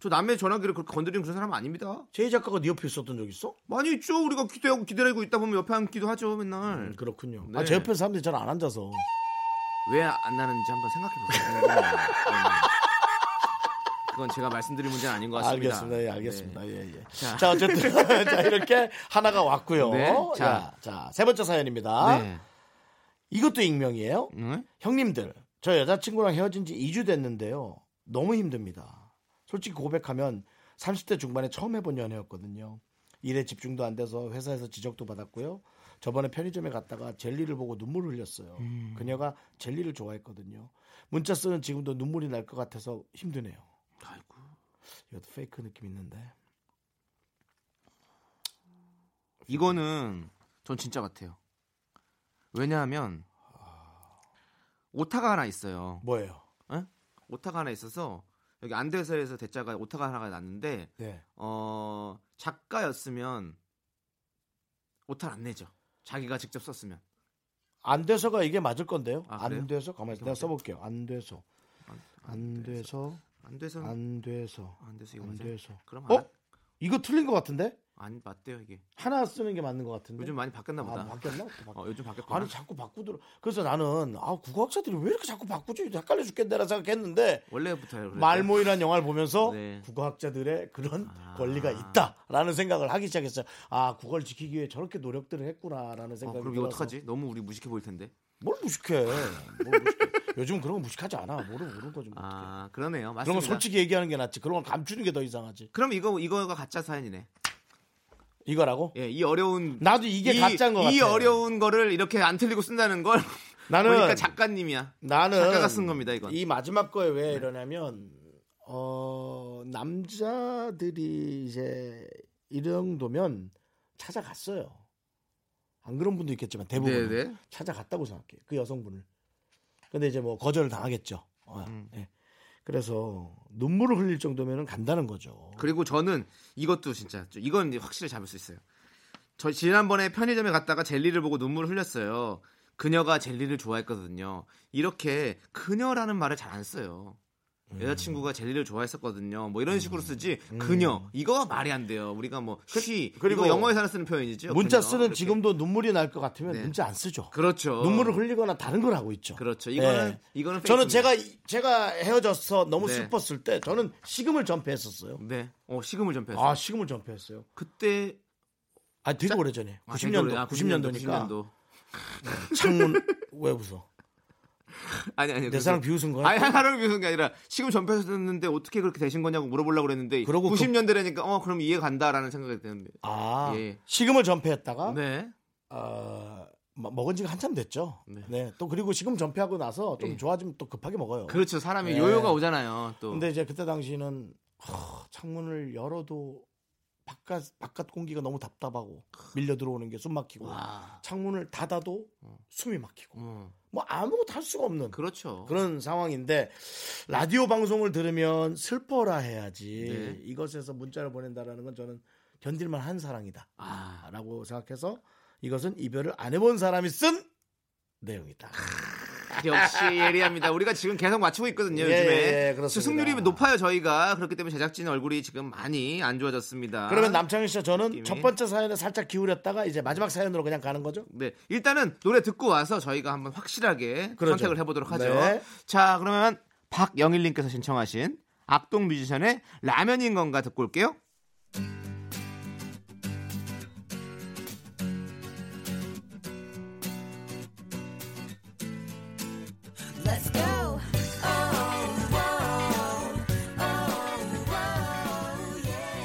Speaker 2: 저 남의 전화기를 그렇게 건드리는 그런 사람 아닙니다.
Speaker 1: 제이 작가가 네 옆에 있었던 적 있어?
Speaker 2: 많이 있죠. 우리가 기대하고 기다리고 있다 보면 옆에 앉기도 하죠. 맨날
Speaker 1: 음, 그렇군요.
Speaker 2: 네.
Speaker 1: 아, 제 옆에 사람들이 잘 안 앉아서.
Speaker 2: 왜 안 나는지 한번 생각해 보세요. 그건 제가 말씀드릴 문제는 아닌 것 같습니다.
Speaker 1: 알겠습니다. 예, 알겠습니다.
Speaker 2: 네.
Speaker 1: 예, 예. 자.
Speaker 2: 자.
Speaker 1: 어쨌든 자, 이렇게 하나가 왔고요.
Speaker 2: 네, 자.
Speaker 1: 자, 자, 세 번째 사연입니다.
Speaker 2: 네.
Speaker 1: 이것도 익명이에요.
Speaker 2: 응?
Speaker 1: 형님들, 저 여자친구랑 헤어진 지 2주 됐는데요. 너무 힘듭니다. 솔직히 고백하면 30대 중반에 처음 해본 연애였거든요. 일에 집중도 안 돼서 회사에서 지적도 받았고요. 저번에 편의점에 갔다가 젤리를 보고 눈물 을 흘렸어요.
Speaker 2: 음.
Speaker 1: 그녀가 젤리를 좋아했거든요. 문자 쓰는 지금도 눈물이 날 것 같아서 힘드네요.
Speaker 2: 아이고.
Speaker 1: 이것도 페이크 느낌 있는데.
Speaker 2: 이거는 전 진짜 같아요. 왜냐하면 오타가 하나 있어요.
Speaker 1: 뭐예요?
Speaker 2: 예? 오타가 하나 있어서 여기 안대서에서 대자가 오타가 하나가 났는데
Speaker 1: 네.
Speaker 2: 어 작가였으면 오타를 안 내죠. 자기가 직접 썼으면
Speaker 1: 안 돼서가 이게 맞을 건데요.
Speaker 2: 아, 그래요?
Speaker 1: 안 돼서 가만히 있어. 내가
Speaker 2: 이거
Speaker 1: 써볼게요. 안 돼서. 안 돼서.
Speaker 2: 안 돼서 안,
Speaker 1: 안 돼서.
Speaker 2: 돼서 이거
Speaker 1: 안
Speaker 2: 맞아요.
Speaker 1: 돼서.
Speaker 2: 그럼 안,
Speaker 1: 어? 이거 틀린 것 같은데?
Speaker 2: 안 맞대요 이게.
Speaker 1: 하나 쓰는 게 맞는 것 같은데.
Speaker 2: 요즘 많이 바뀌었나 보다.
Speaker 1: 아, 바뀌었나? 또 바뀌-
Speaker 2: 어, 요즘 바뀌었구나.
Speaker 1: 아니 자꾸 바꾸더라. 그래서 나는 아 국어학자들이 왜 이렇게 자꾸 바꾸지? 헷갈려 죽겠네라 생각했는데
Speaker 2: 원래부터요. 그래도.
Speaker 1: 말모이란 영화를 보면서
Speaker 2: 그러니까. 네.
Speaker 1: 국어학자들의 그런
Speaker 2: 아.
Speaker 1: 권리가 있다라는 생각을 하기 시작했어요. 아 국어를 지키기 위해 저렇게 노력들을 했구나라는
Speaker 2: 어,
Speaker 1: 생각이
Speaker 2: 그럼 이거
Speaker 1: 들어서.
Speaker 2: 어떡하지? 너무 우리 무식해 보일 텐데.
Speaker 1: 뭘 무식해? 뭘 무식해? 요즘 그런 거 무식하지 않아. 모르고 그런 거좀 어떡해.
Speaker 2: 아 그러네요. 맞습니다.
Speaker 1: 그런 거 솔직히 얘기하는 게 낫지. 그런 걸 감추는 게 더 이상하지.
Speaker 2: 그럼 이거 이거가 가짜 사연이네.
Speaker 1: 이거라고?
Speaker 2: 예, 이 어려운
Speaker 1: 나도 이게
Speaker 2: 이-
Speaker 1: 가짜인 것 같아.
Speaker 2: 이 어려운 거를 이렇게 안 틀리고 쓴다는 걸
Speaker 1: 나는-
Speaker 2: 보니까 작가님이야.
Speaker 1: 나는
Speaker 2: 작가가 쓴 겁니다, 이건. 네.
Speaker 1: 이 마지막 거에 왜 이러냐면 어, 어, 남자들이 이제 이 정도면 찾아갔어요. 안 그런 분도 있겠지만 대부분
Speaker 2: 네네.
Speaker 1: 찾아갔다고 생각해요. 그 여성분을. 근데 이제 뭐 거절을 당하겠죠. 어,
Speaker 2: 음.
Speaker 1: 예. 그래서 눈물을 흘릴 정도면 간다는 거죠.
Speaker 2: 그리고 저는 이것도 진짜 좀- 이건 이제 확실히 잡을 수 있어요. 저 지난번에 편의점에 갔다가 젤리를 보고 눈물을 흘렸어요. 그녀가 젤리를 좋아했거든요. 이렇게 그녀라는 말을 잘 안 써요.
Speaker 1: 음.
Speaker 2: 여자친구가 젤리를 좋아했었거든요. 뭐 이런 식으로 쓰지 그녀 이거 말이 안 돼요. 우리가 뭐시
Speaker 1: 그리고
Speaker 2: 그리고 영어에서는 쓰는 표현이죠.
Speaker 1: 문자
Speaker 2: 그녀.
Speaker 1: 쓰는
Speaker 2: 이렇게.
Speaker 1: 지금도 눈물이 날 것 같으면
Speaker 2: 네.
Speaker 1: 문자 안 쓰죠.
Speaker 2: 그렇죠.
Speaker 1: 눈물을 흘리거나 다른 걸 하고 있죠.
Speaker 2: 그렇죠. 이거는
Speaker 1: 예.
Speaker 2: 이거는
Speaker 1: 저는
Speaker 2: 페이크입니다.
Speaker 1: 제가 제가 헤어져서 너무
Speaker 2: 네.
Speaker 1: 슬펐을 때 저는 식음을 전폐했었어요.
Speaker 2: 네. 어 시금을 전폐했어요.
Speaker 1: 아 식음을 전폐했어요.
Speaker 2: 그때
Speaker 1: 아 되게 오래 전에
Speaker 2: 아,
Speaker 1: 90년도
Speaker 2: 아,
Speaker 1: 90년도니까
Speaker 2: 90년도.
Speaker 1: 창문 왜 웃어?
Speaker 2: 아니 아니
Speaker 1: 내 사랑 비웃은 거야?
Speaker 2: 그렇죠. 아니 하라는 비웃은 게 아니라 지금 전폐했었는데 어떻게 그렇게 되신 거냐고 물어보려고 그랬는데
Speaker 1: 그러고 그-
Speaker 2: 90년대라니까 어 그럼 이해 간다라는 생각이 드는데
Speaker 1: 아
Speaker 2: 예.
Speaker 1: 식음을 전폐했다가
Speaker 2: 네
Speaker 1: 어, 마- 먹은 지가 한참 됐죠.
Speaker 2: 네.
Speaker 1: 네. 또 그리고 식음 전폐하고 나서 좀
Speaker 2: 예.
Speaker 1: 좋아지면 또 급하게 먹어요.
Speaker 2: 그렇죠 사람이
Speaker 1: 네.
Speaker 2: 요요가 오잖아요 또
Speaker 1: 근데 이제 그때 당시는 허, 창문을 열어도 바깥 바깥 공기가 너무 답답하고 밀려 들어오는 게 숨 막히고
Speaker 2: 와.
Speaker 1: 창문을 닫아도 숨이 막히고
Speaker 2: 아, 어,
Speaker 1: 뭐 아무것도 할 수가 없는
Speaker 2: 그렇죠
Speaker 1: 그런 상황인데 라디오 방송을 들으면 슬퍼라 해야지
Speaker 2: 네.
Speaker 1: 이것에서 문자를 보낸다라는 건 저는 견딜만 한 사랑이다라고
Speaker 2: 아
Speaker 1: 생각해서 이것은 이별을 안 해본 사람이 쓴 내용이다.
Speaker 2: 아. 역시 예리합니다 우리가 지금 계속 맞추고 있거든요
Speaker 1: 예,
Speaker 2: 요즘에
Speaker 1: 예, 예, 그렇습니다.
Speaker 2: 승률이 높아요 저희가 그렇기 때문에 제작진 얼굴이 지금 많이 안 좋아졌습니다
Speaker 1: 그러면 남창희 씨 저는
Speaker 2: 느낌이.
Speaker 1: 첫 번째 사연에 살짝 기울였다가 이제 마지막 사연으로 그냥 가는 거죠?
Speaker 2: 네 일단은 노래 듣고 와서 저희가 한번 확실하게
Speaker 1: 그러죠.
Speaker 2: 선택을 해보도록 하죠.
Speaker 1: 네.
Speaker 2: 자 그러면 박영일님께서 신청하신 악동 뮤지션의 라면인 건가 듣고 올게요.
Speaker 4: Let's go. Oh, oh, oh, oh, yeah.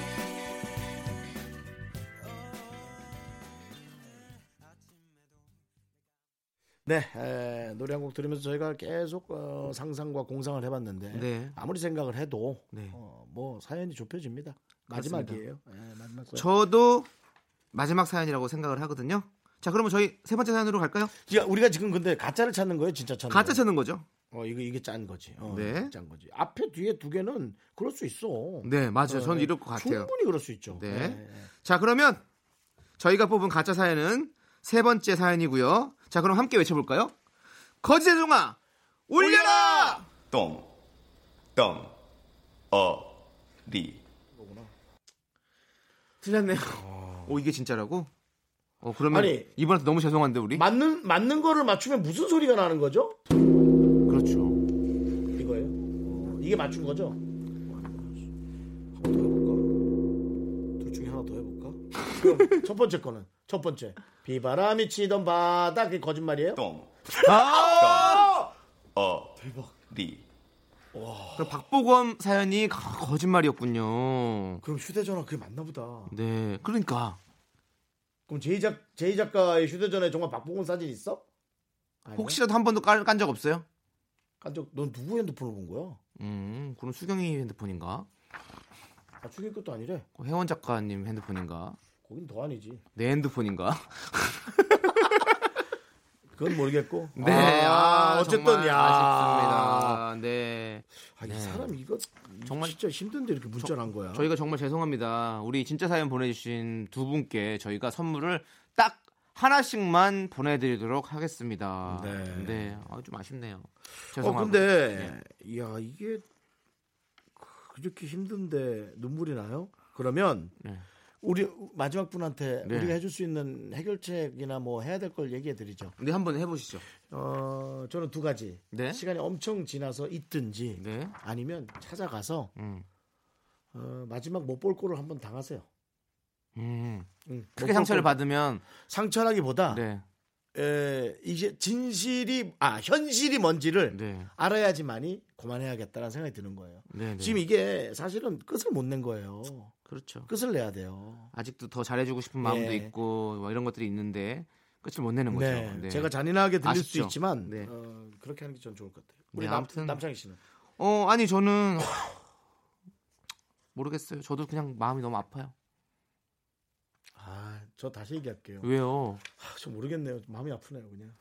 Speaker 1: 네, 에, 노래 한 곡 들으면서 저희가 계속 어, 상상과 공상을 해봤는데
Speaker 2: 네.
Speaker 1: 아무리 생각을 해도
Speaker 2: 네.
Speaker 1: 어, 뭐 사연이 좁혀집니다.
Speaker 2: 그렇습니다.
Speaker 1: 마지막이에요. 예, 마지막 사연.
Speaker 2: 저도 마지막 사연이라고 생각을 하거든요. 자 그러면 저희 세 번째 사연으로 갈까요?
Speaker 1: 야, 우리가 지금 근데 가짜를 찾는 거예요, 진짜 찾는
Speaker 2: 가짜
Speaker 1: 거예요?
Speaker 2: 찾는 거죠.
Speaker 1: 어, 이거 이게 짠 거지. 어,
Speaker 2: 네.
Speaker 1: 짠 거지. 앞에 뒤에 두 개는 그럴 수 있어.
Speaker 2: 네 맞아요.
Speaker 1: 어,
Speaker 2: 저는
Speaker 1: 네.
Speaker 2: 이럴 것 같아요.
Speaker 1: 충분히 그럴 수 있죠.
Speaker 2: 네.
Speaker 1: 예, 예.
Speaker 2: 자 그러면 저희가 뽑은 가짜 사연은 세 번째 사연이고요. 자 그럼 함께 외쳐볼까요? 거지의 종아 올려라!
Speaker 5: 똥, 똥, 어, 리.
Speaker 2: 틀렸네요. 아. 오 이게 진짜라고? 어 그러면
Speaker 1: 아니.
Speaker 2: 이번한테 너무 죄송한데 우리
Speaker 1: 맞는 맞는 거를 맞추면 무슨 소리가 나는 거죠?
Speaker 2: 그렇죠.
Speaker 1: 이거예요. 어, 이게 맞춘 거죠? 둘 중에 하나 더 해볼까? 그럼 첫 번째 거는 첫 번째 비바람이 치던 바다 그게 거짓말이에요?
Speaker 5: 똥, 똥, 어, 대박. 리.
Speaker 2: 그럼 박보검 사연이 거- 거짓말이었군요.
Speaker 1: 그럼 휴대전화 그게 맞나 보다.
Speaker 2: 네, 그러니까
Speaker 1: 그럼 제이작 제이 작가의 휴대전화에 정말 박보검 사진 있어? 아니야?
Speaker 2: 혹시라도 한 번도 깐 적 없어요?
Speaker 1: 깜짝 넌 누구 핸드폰을 본 거야?
Speaker 2: 음, 그럼 수경이 핸드폰인가?
Speaker 1: 아 죽일 것도 아니래.
Speaker 2: 회원 작가님 핸드폰인가?
Speaker 1: 거긴 더 아니지.
Speaker 2: 내 핸드폰인가?
Speaker 1: 그건 모르겠고.
Speaker 2: 네,
Speaker 1: 아,
Speaker 2: 아,
Speaker 1: 어쨌든
Speaker 2: 정말
Speaker 1: 야.
Speaker 2: 아쉽습니다. 네,
Speaker 1: 아, 이 사람 이거
Speaker 2: 정말-
Speaker 1: 정말 진짜 힘든데 이렇게 문자를 한 거야.
Speaker 2: 저희가 정말 죄송합니다. 우리 진짜 사연 보내주신 두 분께 저희가 선물을 딱 하나씩만 보내드리도록 하겠습니다.
Speaker 1: 네.
Speaker 2: 네, 아, 좀 아쉽네요.
Speaker 1: 어
Speaker 2: 죄송합니다.
Speaker 1: 근데
Speaker 2: 예.
Speaker 1: 야 이게 그렇게 힘든데 눈물이 나요? 그러면
Speaker 2: 네.
Speaker 1: 우리 마지막 분한테
Speaker 2: 네.
Speaker 1: 우리가 해줄 수 있는 해결책이나 뭐 해야 될 걸 얘기해 드리죠.
Speaker 2: 근데 네, 한번 해보시죠.
Speaker 1: 어 저는 두 가지
Speaker 2: 네.
Speaker 1: 시간이 엄청 지나서 있든지
Speaker 2: 네.
Speaker 1: 아니면 찾아가서
Speaker 2: 음.
Speaker 1: 어, 마지막 못 볼 꼴을 한번 당하세요.
Speaker 2: 음.
Speaker 1: 응,
Speaker 2: 크게
Speaker 1: 못볼
Speaker 2: 상처를
Speaker 1: 꼴.
Speaker 2: 받으면
Speaker 1: 상처라기보다
Speaker 2: 네.
Speaker 1: 에, 이제 진실이 아 현실이 뭔지를
Speaker 2: 네.
Speaker 1: 알아야지만이 그만해야겠다라는 생각이 드는 거예요.
Speaker 2: 네, 네.
Speaker 1: 지금 이게 사실은 끝을 못 낸 거예요.
Speaker 2: 그렇죠.
Speaker 1: 끝을 내야 돼요.
Speaker 2: 아직도 더 잘해주고 싶은 마음도
Speaker 1: 예.
Speaker 2: 있고 뭐 이런 것들이 있는데 끝을 못 내는 거죠.
Speaker 1: 네, 제가 잔인하게 들릴 수
Speaker 2: 아쉽죠.
Speaker 1: 있지만
Speaker 2: 네.
Speaker 1: 어, 그렇게 하는 게 전 좋을 것 같아요. 우리
Speaker 2: 네,
Speaker 1: 남,
Speaker 2: 아무튼.
Speaker 1: 남창희 씨는
Speaker 2: 어 아니 저는 모르겠어요. 저도 그냥 마음이 너무 아파요.
Speaker 1: 아, 저 다시 얘기할게요.
Speaker 2: 왜요?
Speaker 1: 아, 저 모르겠네요. 마음이 아프네요, 그냥.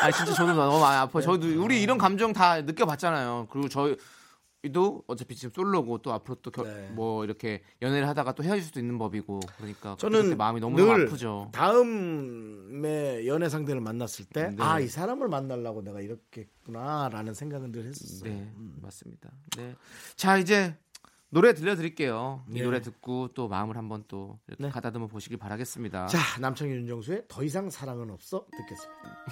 Speaker 2: 아 진짜 저도 너무 많이
Speaker 1: 네.
Speaker 2: 아파요. 저도 우리 이런 감정 다 느껴봤잖아요. 그리고 저희도 어차피 지금 솔로고 또 앞으로 또 뭐
Speaker 1: 네.
Speaker 2: 이렇게 연애를 하다가 또 헤어질 수도 있는 법이고 그러니까 그때
Speaker 1: 저는
Speaker 2: 마음이 너무
Speaker 1: 늘
Speaker 2: 아프죠.
Speaker 1: 다음에 연애 상대를 만났을 때,
Speaker 2: 네.
Speaker 1: 아, 이 사람을 만나려고 내가 이렇게 했구나라는 생각은 늘
Speaker 2: 네
Speaker 1: 했었어요. 음.
Speaker 2: 맞습니다. 네. 자 이제 노래 들려드릴게요. 이
Speaker 1: 예.
Speaker 2: 노래 듣고 또 마음을 한번 또 이렇게
Speaker 1: 네.
Speaker 2: 가다듬어 보시길 바라겠습니다.
Speaker 1: 자, 남창희 윤정수의 더 이상 사랑은 없어 듣겠습니다.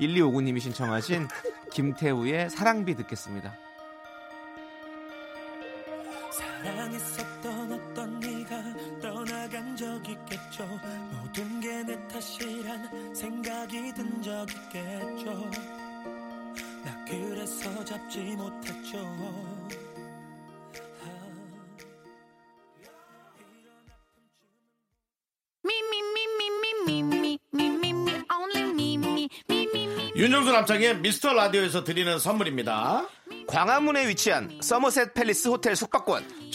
Speaker 2: 1259님이 신청하신 김태우의 사랑비 듣겠습니다.
Speaker 8: 사랑했었던 어떤 네가 떠나간 적 있겠죠 모든 게 내 탓이란 생각이 든 적 있겠죠 나 그래서 잡지 못했죠
Speaker 3: Me, me, me, me, me, me, me, me, me, me, only me, me, me, me, me.
Speaker 1: 윤정수 남창희의 미스터 라디오에서 드리는 선물입니다.
Speaker 2: 광화문에 위치한 서머셋 팰리스 호텔 숙박권,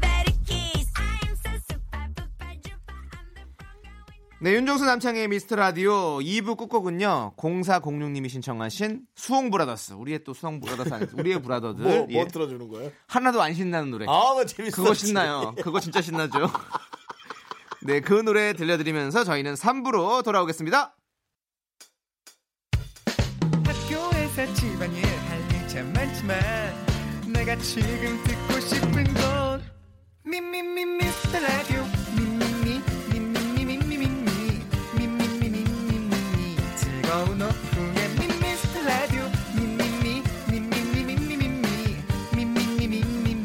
Speaker 3: that a kiss. I am so super, super, duper. I'm the one going
Speaker 2: 네, 윤종수 남창의 미스터 라디오 2부 끝곡은요. 0406님이 신청하신 수홍 브라더스. 우리의 또 수홍 브라더스 아니 우리의 브라더들.
Speaker 1: 뭐,
Speaker 2: 예.
Speaker 1: 뭐 들어주는 거예요?
Speaker 2: 하나도 안 신나는 노래.
Speaker 1: 아 재밌어
Speaker 2: 그거 신나요. 그거 진짜 신나죠. 네, 그 노래 들려드리면서 저희는 3부로 돌아오겠습니다.
Speaker 9: 학교에서 집안일 할 일 참 많지만 내가 지금 듣고 싶은 건 미미미 미스터 라디오 미미미 미미미 미미미 미미미 미미미 즐거운 오픈에 미스터 라디오 미미미 미미미 미미미 미미미 미미미 미미미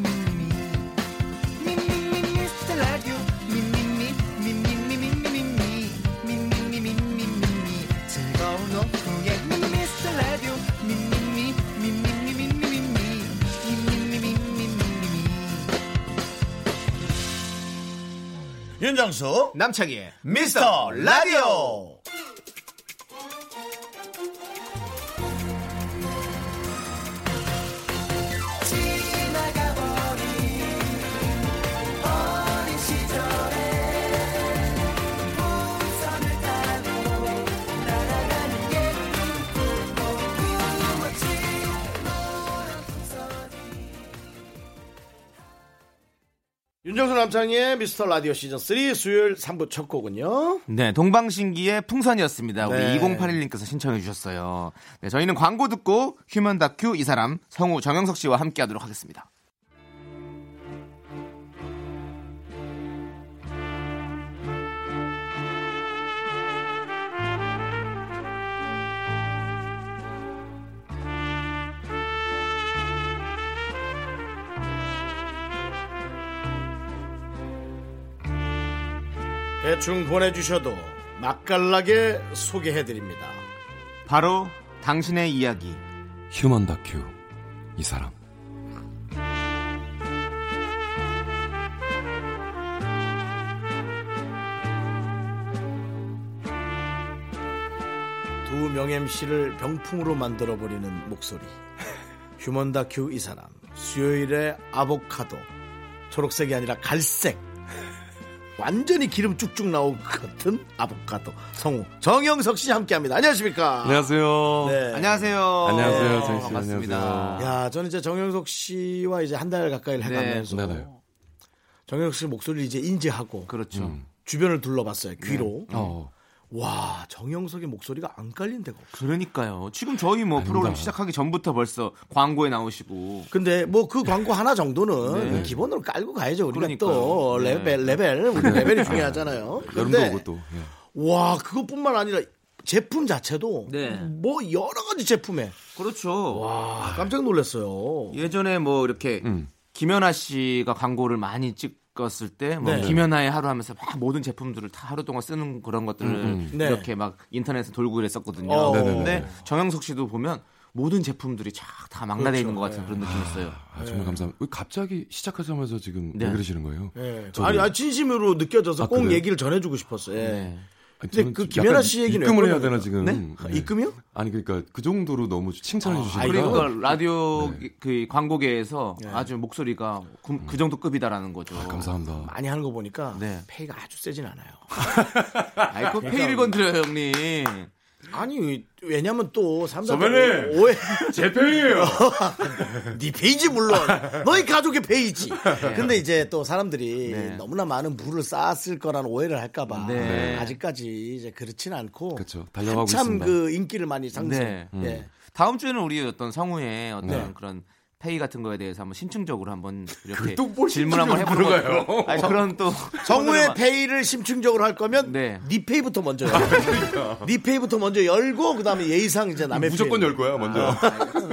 Speaker 1: 윤정수
Speaker 2: 남창희의
Speaker 1: 미스터 라디오 윤정수 남창희의 미스터 라디오 시즌 3 수요일 3부 첫 곡은요.
Speaker 2: 네, 동방신기의 풍선이었습니다. 우리
Speaker 1: 네.
Speaker 2: 2081님께서 신청해 주셨어요. 네, 저희는 광고 듣고 휴먼 다큐 이 사람 성우 정영석 씨와 함께 하도록 하겠습니다.
Speaker 1: 대충 보내주셔도 맛깔나게 소개해드립니다.
Speaker 2: 바로 당신의 이야기.
Speaker 10: 휴먼 다큐 이 사람
Speaker 1: 두 명MC를 병풍으로 만들어버리는 목소리. 휴먼 다큐 이 사람. 수요일에 아보카도. 초록색이 아니라 갈색. 완전히 기름 쭉쭉 나올 것 같은 아보카도. 성우 정영석 씨 함께 합니다. 안녕하십니까.
Speaker 10: 안녕하세요
Speaker 1: 네.
Speaker 2: 안녕하세요.
Speaker 10: 안녕하세요,
Speaker 2: 네,
Speaker 10: 정희 씨.
Speaker 2: 반갑습니다.
Speaker 10: 안녕하세요.
Speaker 1: 야, 저는 이제 정영석 씨와 이제 한 달 가까이를
Speaker 2: 아. 네.
Speaker 1: 해가면서
Speaker 10: 네네.
Speaker 1: 정영석 씨 목소리를 이제 인지하고
Speaker 2: 그렇죠.
Speaker 10: 음.
Speaker 2: 네.
Speaker 1: 주변을 둘러봤어요. 귀로.
Speaker 10: 어,
Speaker 1: 와, 정영석의 목소리가 안 깔린 데가 없어.
Speaker 2: 그러니까요. 지금 저희 뭐 프로그램 시작하기 전부터 벌써 광고에 나오시고
Speaker 1: 근데 뭐 그 광고 하나 정도는 기본으로 깔고 가야죠. 우리가 또
Speaker 2: 네. 그러니까요. 네.
Speaker 1: 레벨, 레벨, 우리 레벨이 중요하잖아요.
Speaker 10: 네. 여름도
Speaker 1: 근데
Speaker 10: 오고 또 예.
Speaker 1: 와, 그것뿐만 아니라 제품 자체도
Speaker 2: 네.
Speaker 1: 뭐 여러 가지 제품에
Speaker 2: 그렇죠.
Speaker 10: 아.
Speaker 2: 예.
Speaker 1: 와, 깜짝 놀랐어요.
Speaker 10: 음.
Speaker 2: 예전에 뭐 이렇게 김연아 씨가 광고를 많이 찍었을 때, 뭐
Speaker 1: 네.
Speaker 2: 김연아의 하루 하면서 막 모든 제품들을 다 하루 동안 쓰는 그런 것들을
Speaker 10: 음,
Speaker 1: 네.
Speaker 2: 이렇게 막 인터넷에 돌고 그랬었거든요.
Speaker 1: 어.
Speaker 2: 근데 정영석 씨도 보면 모든 제품들이 쫙 다 망가져 있는 것
Speaker 1: 그렇죠.
Speaker 2: 같은 그런 느낌이었어요.
Speaker 10: 아, 정말 감사합니다. 왜 갑자기 시작하자마자 지금
Speaker 2: 네.
Speaker 10: 왜 그러시는 거예요?
Speaker 1: 예.
Speaker 10: 저도-
Speaker 1: 아니, 아니, 진심으로 느껴져서
Speaker 10: 아,
Speaker 1: 꼭
Speaker 10: 그래요?
Speaker 1: 얘기를 전해주고
Speaker 2: 네.
Speaker 1: 싶었어요. 예.
Speaker 10: 아니,
Speaker 1: 근데
Speaker 10: 저는
Speaker 1: 그
Speaker 10: 지금
Speaker 1: 김연아
Speaker 10: 약간
Speaker 1: 씨 얘기는 왜
Speaker 10: 입금을 해야
Speaker 1: 그러는
Speaker 10: 되나 지금? 음,
Speaker 1: 거예요? 네? 입금이요? 아,
Speaker 10: 아니 그러니까 그 정도로 너무 칭찬해 주시니까.
Speaker 2: 그리고 그 라디오
Speaker 10: 네.
Speaker 2: 그 광고계에서
Speaker 1: 네.
Speaker 2: 아주 목소리가 그, 그 정도 급이다라는 거죠.
Speaker 10: 아, 감사합니다.
Speaker 1: 많이 하는 거 보니까
Speaker 2: 네.
Speaker 1: 페이가 아주 세진 않아요.
Speaker 2: 아이고 페이를 건드려요 형님.
Speaker 1: 아니 왜냐면 또 삼성은
Speaker 11: 선배님!
Speaker 1: 오해
Speaker 11: 제 편이에요.
Speaker 1: 네 페이지 물론 너희 가족의 페이지. 근데 이제 또 사람들이 너무나 많은 물을 쌓았을 거라는 오해를 할까봐
Speaker 2: 네.
Speaker 1: 아직까지 이제 그렇진 않고
Speaker 10: 그쵸. 달려가고
Speaker 1: 한참
Speaker 10: 있습니다.
Speaker 1: 그 인기를 많이 상승.
Speaker 2: 네.
Speaker 1: 예.
Speaker 2: 다음 주에는 우리 어떤 성우의 어떤
Speaker 1: 네.
Speaker 2: 그런 페이 같은 거에 대해서 한번 심층적으로 한번 이렇게
Speaker 11: 또뭘
Speaker 2: 질문 한번 해보는
Speaker 11: 심층적으로
Speaker 2: 거예요. 아니, 그런 또
Speaker 1: 정우의
Speaker 2: 코너만-
Speaker 1: 페이를 심층적으로 할 거면
Speaker 2: 네.
Speaker 1: 네, 페이부터 먼저 열고 네 페이부터 먼저 열고 그다음에 예의상 이제 남의
Speaker 11: 무조건
Speaker 1: 페이.
Speaker 11: 열 거야 먼저.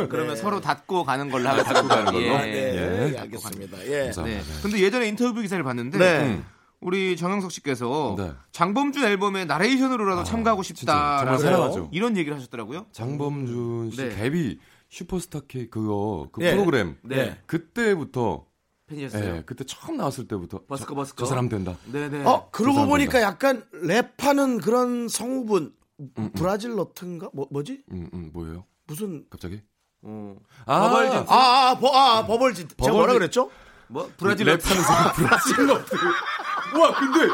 Speaker 2: 그러면 서로 닫고 가는 걸로 하고 닫고
Speaker 11: 가는 걸로?
Speaker 2: 예.
Speaker 1: 네, 네, 알겠습니다. 예.
Speaker 2: 네.
Speaker 10: 감사합니다. 네.
Speaker 2: 근데 예전에 인터뷰 기사를 봤는데
Speaker 1: 네.
Speaker 2: 음, 우리 정영석 씨께서
Speaker 10: 네.
Speaker 2: 장범준 앨범에 나레이션으로라도 참가하고
Speaker 10: 진짜
Speaker 2: 싶다.
Speaker 10: 정말 사랑하죠.
Speaker 2: 이런 얘기를 하셨더라고요.
Speaker 10: 장범준 씨
Speaker 2: 네.
Speaker 10: 데뷔 슈퍼스타 K 그거 그
Speaker 1: 예.
Speaker 10: 프로그램
Speaker 2: 네.
Speaker 10: 그때부터
Speaker 2: 팬이셨어요.
Speaker 10: 예, 그때 처음 나왔을 때부터
Speaker 2: 버스커
Speaker 10: 저-
Speaker 2: 버스커.
Speaker 10: 저 사람 된다.
Speaker 2: 네네.
Speaker 1: 어 그러고
Speaker 10: 죄송합니다.
Speaker 1: 보니까 약간 랩하는 그런 성우분 브라질 러튼가 뭐 뭐지
Speaker 10: 음, 음 뭐예요?
Speaker 1: 무슨
Speaker 10: 갑자기?
Speaker 2: 어.
Speaker 10: 아,
Speaker 2: 버벌진
Speaker 1: 아, 아, 아, 버, 아, 아, 버벌진. 제가 뭐라 그랬죠?
Speaker 2: 뭐 브라질
Speaker 10: 랩하는 사람 브라질
Speaker 11: 와 근데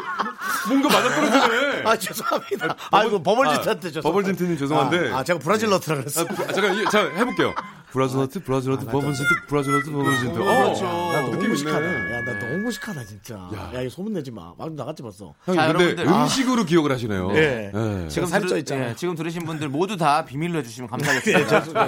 Speaker 11: 뭔가 맞아떨어지네.
Speaker 1: 아, 죄송합니다. 아, 이고 버벌진한테 죄송합니다.
Speaker 10: 버벌진트님 죄송한데.
Speaker 1: 아, 아, 제가 브라질 러트라 그랬어. 요
Speaker 10: 아, 잠깐, 이거 잠깐 해볼게요. 브라질러트,
Speaker 2: 아,
Speaker 10: 브라질러트, 버번시트, 브라질러트, 버번시트.
Speaker 1: 나
Speaker 10: 어,
Speaker 1: 아, 너무
Speaker 10: 느낌
Speaker 1: 무식하다.
Speaker 10: 있네. 예.
Speaker 1: 야, 나 너무 무식하다, 진짜. 야, 이거 소문내지 마. 방금 나갔지 벌써.
Speaker 10: 형님,
Speaker 2: 자,
Speaker 10: 근데
Speaker 2: 여러분들.
Speaker 10: 음식으로 기억을 하시네요.
Speaker 1: 예.
Speaker 10: 어. 예.
Speaker 1: 지금 살쪄 있잖아.
Speaker 2: 예, 지금 들으신 분들 모두 다 비밀로 해주시면 감사하겠습니다.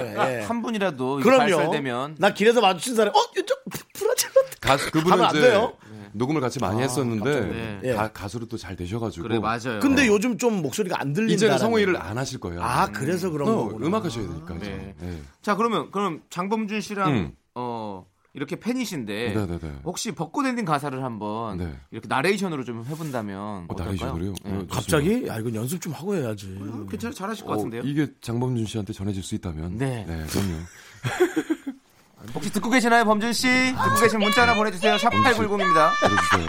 Speaker 1: 예, 예.
Speaker 2: 한 분이라도 이게
Speaker 1: 그럼요.
Speaker 2: 발설되면
Speaker 1: 나 길에서 마주친 사람, 어, 이쪽 브라질 러트.
Speaker 10: 가수,
Speaker 1: 하면
Speaker 10: 그분은
Speaker 1: 안
Speaker 10: 이제 그-
Speaker 1: 돼요?
Speaker 10: 녹음을 같이 많이 했었는데,
Speaker 1: 네. 뭐.
Speaker 10: 가, 가수로 또 잘 되셔가지고.
Speaker 2: 아, 그래 맞아요. 뭐.
Speaker 1: 근데 요즘 좀 목소리가 안 들린다.
Speaker 10: 이제는 성우 일을 안 하실 거예요.
Speaker 1: 아, 그래서 그런
Speaker 10: 어,
Speaker 1: 거구나.
Speaker 10: 음악 하셔야 되니까. 이제.
Speaker 2: 네.
Speaker 10: 네.
Speaker 2: 자 그러면 그럼 장범준 씨랑
Speaker 10: 음.
Speaker 2: 어 이렇게 팬이신데
Speaker 10: 네, 네, 네.
Speaker 2: 혹시 벚꽃 엔딩 가사를 한번
Speaker 10: 네.
Speaker 2: 이렇게 나레이션으로 좀 해본다면 떨까요
Speaker 10: 어,
Speaker 2: 네.
Speaker 10: 나레이션으로요? 어, 좋습니다.
Speaker 1: 갑자기? 야, 이건 연습 좀 하고 해야지.
Speaker 2: 괜찮아 그 잘하실 것
Speaker 10: 어,
Speaker 2: 같은데요.
Speaker 10: 이게 장범준 씨한테 전해질 수 있다면.
Speaker 2: 네.
Speaker 10: 그럼요.
Speaker 2: 혹시 듣고 계시나요 범준 씨? 듣고 계신 문자 하나 보내주세요. 샵 8910입니다.
Speaker 10: 들어주세요.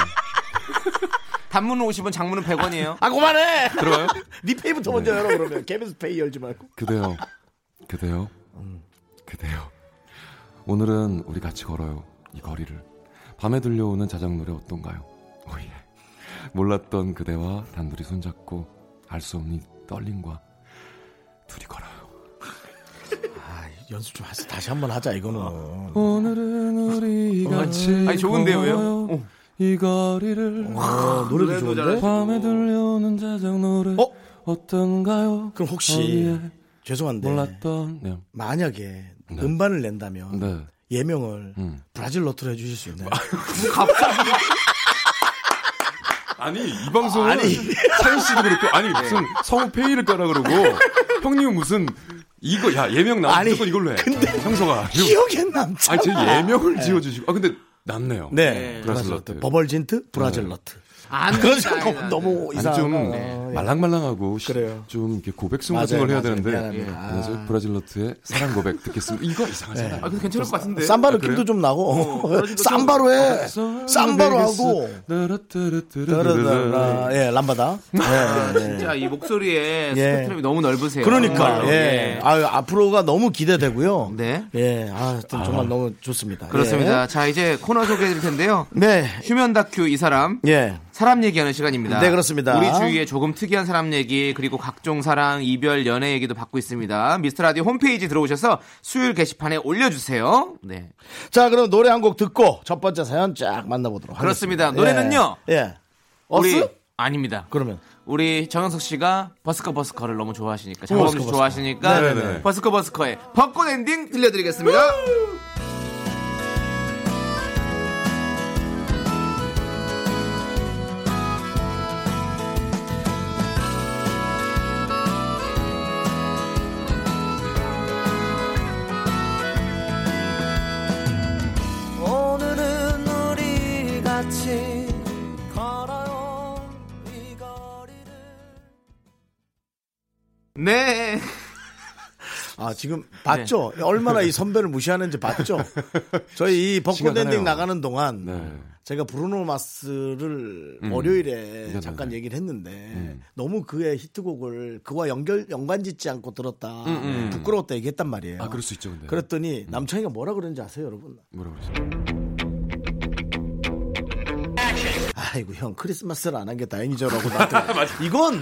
Speaker 2: 단문은 50원, 장문은 100원이에요.
Speaker 1: 아, 그만해!
Speaker 10: 들어요?
Speaker 1: 네 페이부터 먼저 열어, 그러면. 개면서 페이 열지 말고.
Speaker 10: 그대여, 그대여, 그대여. 오늘은 우리 같이 걸어요. 이 거리를. 밤에 들려오는 자작 노래 어떤가요? 오예. 몰랐던 그대와 단둘이 손잡고 알 수 없는 떨림과 둘이 걸어요.
Speaker 1: 연습 좀 하세요. 다시 한번 하자, 이거는.
Speaker 10: 오늘은 우리 같이
Speaker 2: 아니, 좋은데요, 왜요?
Speaker 10: 걸어요.
Speaker 2: 어.
Speaker 10: 이 거리를
Speaker 1: 아, 노래도 좋은데?
Speaker 10: 밤에 들려오는 자작 노래
Speaker 1: 어?
Speaker 10: 어떤가요?
Speaker 1: 그럼 혹시
Speaker 10: 오예.
Speaker 1: 죄송한데.
Speaker 10: 몰랐던 네.
Speaker 1: 만약에 음반을 낸다면
Speaker 10: 네.
Speaker 1: 예명을
Speaker 10: 음. 아,
Speaker 1: 브라질 러트로 해주실 수 있나요?
Speaker 10: 아니 이 방송은 차윤 씨도 그렇고 아니 무슨 성우 페이를 까라 그러고 형님은 무슨 이거 야 예명 나오면
Speaker 1: 아니,
Speaker 10: 무조건 이걸로 해.
Speaker 1: 근데
Speaker 10: 형서가
Speaker 1: 기억에 남자.
Speaker 10: 아니 제 예명을 지어주시고 아 근데 남네요.
Speaker 1: 네.
Speaker 10: 브라질
Speaker 1: 브라질
Speaker 10: 러트. 네.
Speaker 1: 러트. 버벌진트 브라질 러트.
Speaker 2: 안
Speaker 1: 그건
Speaker 2: 됩니다, 네.
Speaker 1: 너무,
Speaker 2: 안
Speaker 1: 너무
Speaker 10: 아니
Speaker 1: 이상한.
Speaker 10: 좀 말랑말랑하고 시-
Speaker 1: 그래요.
Speaker 10: 좀 이렇게 고백송 같은
Speaker 1: 맞아요,
Speaker 10: 걸 해야
Speaker 1: 맞아요.
Speaker 10: 되는데 네.
Speaker 1: 미안합니다. 아.
Speaker 10: 안녕하세요 브라질 러트의 사랑 고백 듣겠습니다. 이거 이상하잖아요.
Speaker 2: 아, 근데 괜찮을 것 같은데.
Speaker 1: 쌈바
Speaker 10: 아, 그래요?
Speaker 1: 느낌도 좀 나고. 쌈바로 해.
Speaker 10: 네,
Speaker 1: 쌈바로 하고.
Speaker 2: 네. 아,
Speaker 1: 따라따라. 예, 람바다. 예, 예.
Speaker 2: 진짜 이 목소리에 스펙트럼이 너무 넓으세요.
Speaker 1: 그러니까,
Speaker 2: 정말로.
Speaker 1: 예. 아유, 앞으로가 너무 기대되고요.
Speaker 2: 네.
Speaker 1: 예, 아, 하여튼 정말 너무 좋습니다.
Speaker 2: 그렇습니다. 자, 이제 코너 소개해 드릴 텐데요.
Speaker 1: 예. 네.
Speaker 2: 휴면 다큐 이 사람.
Speaker 1: 예.
Speaker 2: 사람 얘기하는 시간입니다.
Speaker 1: 네, 그렇습니다.
Speaker 2: 우리 주위에 조금 특이한 사람 얘기 그리고 각종 사랑, 이별, 연애 얘기도 받고 있습니다. 미스터 라디오 홈페이지 들어오셔서 수요일 게시판에 올려주세요. 네,
Speaker 1: 자, 그럼 노래 한 곡 듣고 첫 번째 사연 쫙 만나보도록
Speaker 2: 그렇습니다.
Speaker 1: 하겠습니다.
Speaker 2: 노래는요?
Speaker 1: 예. 예. 어스?
Speaker 2: 우리 아닙니다.
Speaker 1: 그러면.
Speaker 2: 우리 정영석 씨가 버스커 버스커를 너무 좋아하시니까 장범준 씨
Speaker 1: 어, 버스커.
Speaker 2: 좋아하시니까
Speaker 10: 네네네.
Speaker 2: 버스커 버스커의 벚꽃 엔딩 들려드리겠습니다.
Speaker 9: 오늘은
Speaker 2: 네.
Speaker 1: 아, 지금 봤죠?
Speaker 10: 네.
Speaker 1: 얼마나 이 선배를 무시하는지 봤죠? 저희 이 벚꽃
Speaker 10: 심각하네요.
Speaker 1: 엔딩 나가는 동안
Speaker 10: 네.
Speaker 1: 제가 브루노 마스를
Speaker 10: 음.
Speaker 1: 월요일에
Speaker 10: 네,
Speaker 1: 잠깐
Speaker 10: 네.
Speaker 1: 얘기를 했는데 너무 그의 히트곡을 그와 연결 연관 짓지 않고 들었다.
Speaker 10: 음, 음.
Speaker 1: 부끄러웠다 얘기했단 말이에요.
Speaker 10: 아, 그럴 수 있죠, 근데. 음.
Speaker 1: 더니 남창이가 뭐라 그러는지 아세요, 여러분?
Speaker 10: 뭐라고 그러죠?
Speaker 1: 아이고 형 크리스마스를 안 한 게 다행이죠라고 나한테 이건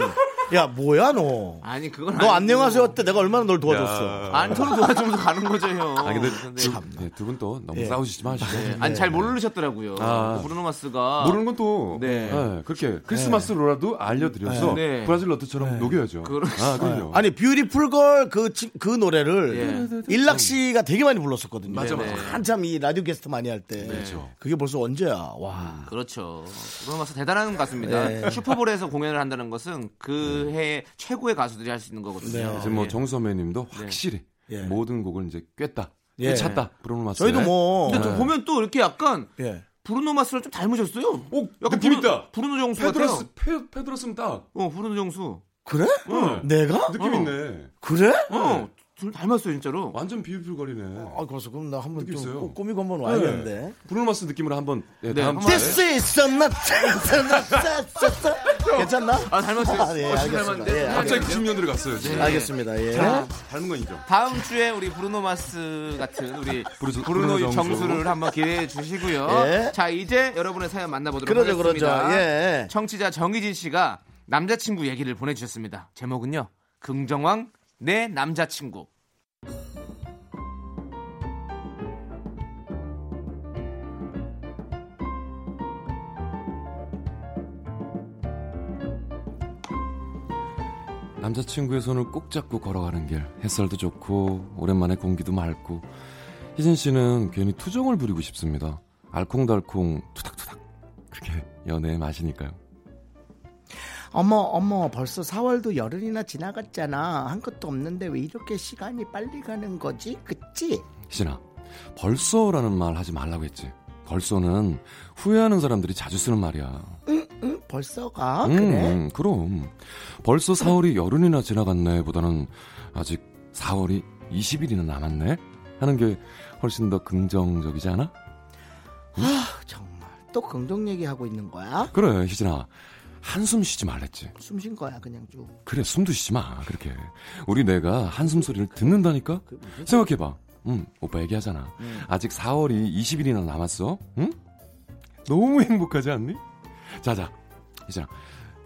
Speaker 1: 야 뭐야 너?
Speaker 2: 아니 그건
Speaker 1: 너
Speaker 2: 아니고.
Speaker 1: 안녕하세요 때 내가 얼마나 널 도와줬어?
Speaker 10: 야.
Speaker 2: 안 서로 도와주면서 가는 거죠 형.
Speaker 10: 아 근데
Speaker 2: 참.
Speaker 10: 두 분 또 너무
Speaker 1: 예.
Speaker 10: 싸우시지 마시고.
Speaker 2: 아니 잘 모르셨더라고요.
Speaker 10: 아.
Speaker 2: 그 브루노 마스가
Speaker 10: 모르는 건 또
Speaker 2: 네.
Speaker 1: 어.
Speaker 10: 그렇게 크리스마스로라도 알려드려서
Speaker 2: 네.
Speaker 10: 브라질 러트처럼 녹여야죠.
Speaker 2: 그렇죠.
Speaker 10: 아 그럼요.
Speaker 1: 아니 뷰티풀 걸그그 그 노래를 일락 씨가 되게 많이 불렀었거든요.
Speaker 10: 예.
Speaker 1: 네.
Speaker 10: 맞아, 맞아.
Speaker 1: 한참 이 라디오 게스트 많이 할 때.
Speaker 10: 그렇죠. 음.
Speaker 1: 그게 벌써 언제야? 와.
Speaker 2: 그렇죠. 브루노 마스 대단한 것 같습니다.
Speaker 1: 네.
Speaker 2: 슈퍼볼에서 공연을 한다는 것은 그 해의 최고의 가수들이 할 수 있는 거거든요.
Speaker 1: 네.
Speaker 2: 예.
Speaker 10: 지금 뭐 정수 선배님도
Speaker 2: 네.
Speaker 10: 확실히
Speaker 1: 예.
Speaker 10: 모든 곡을 이제 꿰다,
Speaker 1: 예.
Speaker 10: 꿰찼다. 브루노 마스.
Speaker 1: 저희도 뭐
Speaker 2: 근데 또 보면 또 이렇게 약간
Speaker 1: 예.
Speaker 2: 브루노 마스를 좀 닮으셨어요. 오,
Speaker 10: 느낌 있다.
Speaker 2: 브루노 정수
Speaker 10: 페드로스
Speaker 2: 같아요.
Speaker 10: 페, 페드로스면 딱
Speaker 2: 어, 브루노 정수.
Speaker 1: 그래?
Speaker 2: 음. 네.
Speaker 1: 내가?
Speaker 10: 느낌 있네.
Speaker 1: 그래?
Speaker 2: 어, 둘 닮았어요 진짜로.
Speaker 10: 완전 비유불거리네.
Speaker 1: 아, 그래서 그럼 나 한번
Speaker 10: 느낌 있어요. 네.
Speaker 1: 좀 꾸미고 한번 와야겠는데.
Speaker 10: 브루노 마스 느낌으로 한번 예,
Speaker 2: 네,
Speaker 10: 다음
Speaker 2: 한번
Speaker 10: 주에.
Speaker 1: This is not 괜찮나?
Speaker 2: 아,
Speaker 10: 네,
Speaker 2: 닮았어요.
Speaker 1: 아, 예,
Speaker 2: 훨씬
Speaker 1: 알겠습니다.
Speaker 2: 닮았는데.
Speaker 1: 예,
Speaker 10: 갑자기 90년대로 갔어요. 지금.
Speaker 1: 알겠습니다. 예.
Speaker 10: 닮은 건 인정.
Speaker 2: 다음 주에 우리 브루노 마스 같은 우리 브루노,
Speaker 10: 브루노- 브루노 정수.
Speaker 2: 정수를 한번 기대해 주시고요.
Speaker 1: 예.
Speaker 2: 자 이제 여러분의 사연 만나보도록
Speaker 1: 그러죠,
Speaker 2: 하겠습니다.
Speaker 1: 그러죠.
Speaker 12: 네.
Speaker 1: 예.
Speaker 2: 청취자 정희진 씨가 남자친구 얘기를 보내주셨습니다. 제목은요, 긍정왕 내 남자친구.
Speaker 10: 남자친구의 손을 꼭 잡고 걸어가는 길 햇살도 좋고 오랜만에 공기도 맑고 희진 씨는 괜히 투정을 부리고 싶습니다. 알콩달콩 투닥투닥 그게 연애의 맛이니까요.
Speaker 1: 어머 어머 벌써 4월도 열흘이나 지나갔잖아 한 것도 없는데 왜 이렇게 시간이 빨리 가는 거지 그치?
Speaker 10: 희진아 벌써라는 말 하지 말라고 했지. 벌써는 후회하는 사람들이 자주 쓰는 말이야.
Speaker 1: 응 벌써가
Speaker 10: 음,
Speaker 1: 아, 그래?
Speaker 10: 음, 그럼 벌써 4월이 열흘이나 지나갔네 보다는 아직 4월이 20일이나 남았네 하는 게 훨씬 더 긍정적이지 않아?
Speaker 1: 아, 정말 또 긍정 얘기하고 있는 거야?
Speaker 10: 그래 희진아 한숨 쉬지 말랬지
Speaker 1: 숨 쉰 거야 그냥 쭉
Speaker 10: 그래 숨도 쉬지 마 그렇게 우리 내가 한숨 소리를 듣는다니까 생각해봐 음 오빠 얘기하잖아 아직 4월이 20일이나 남았어 응? 너무 행복하지 않니? 자자 희진아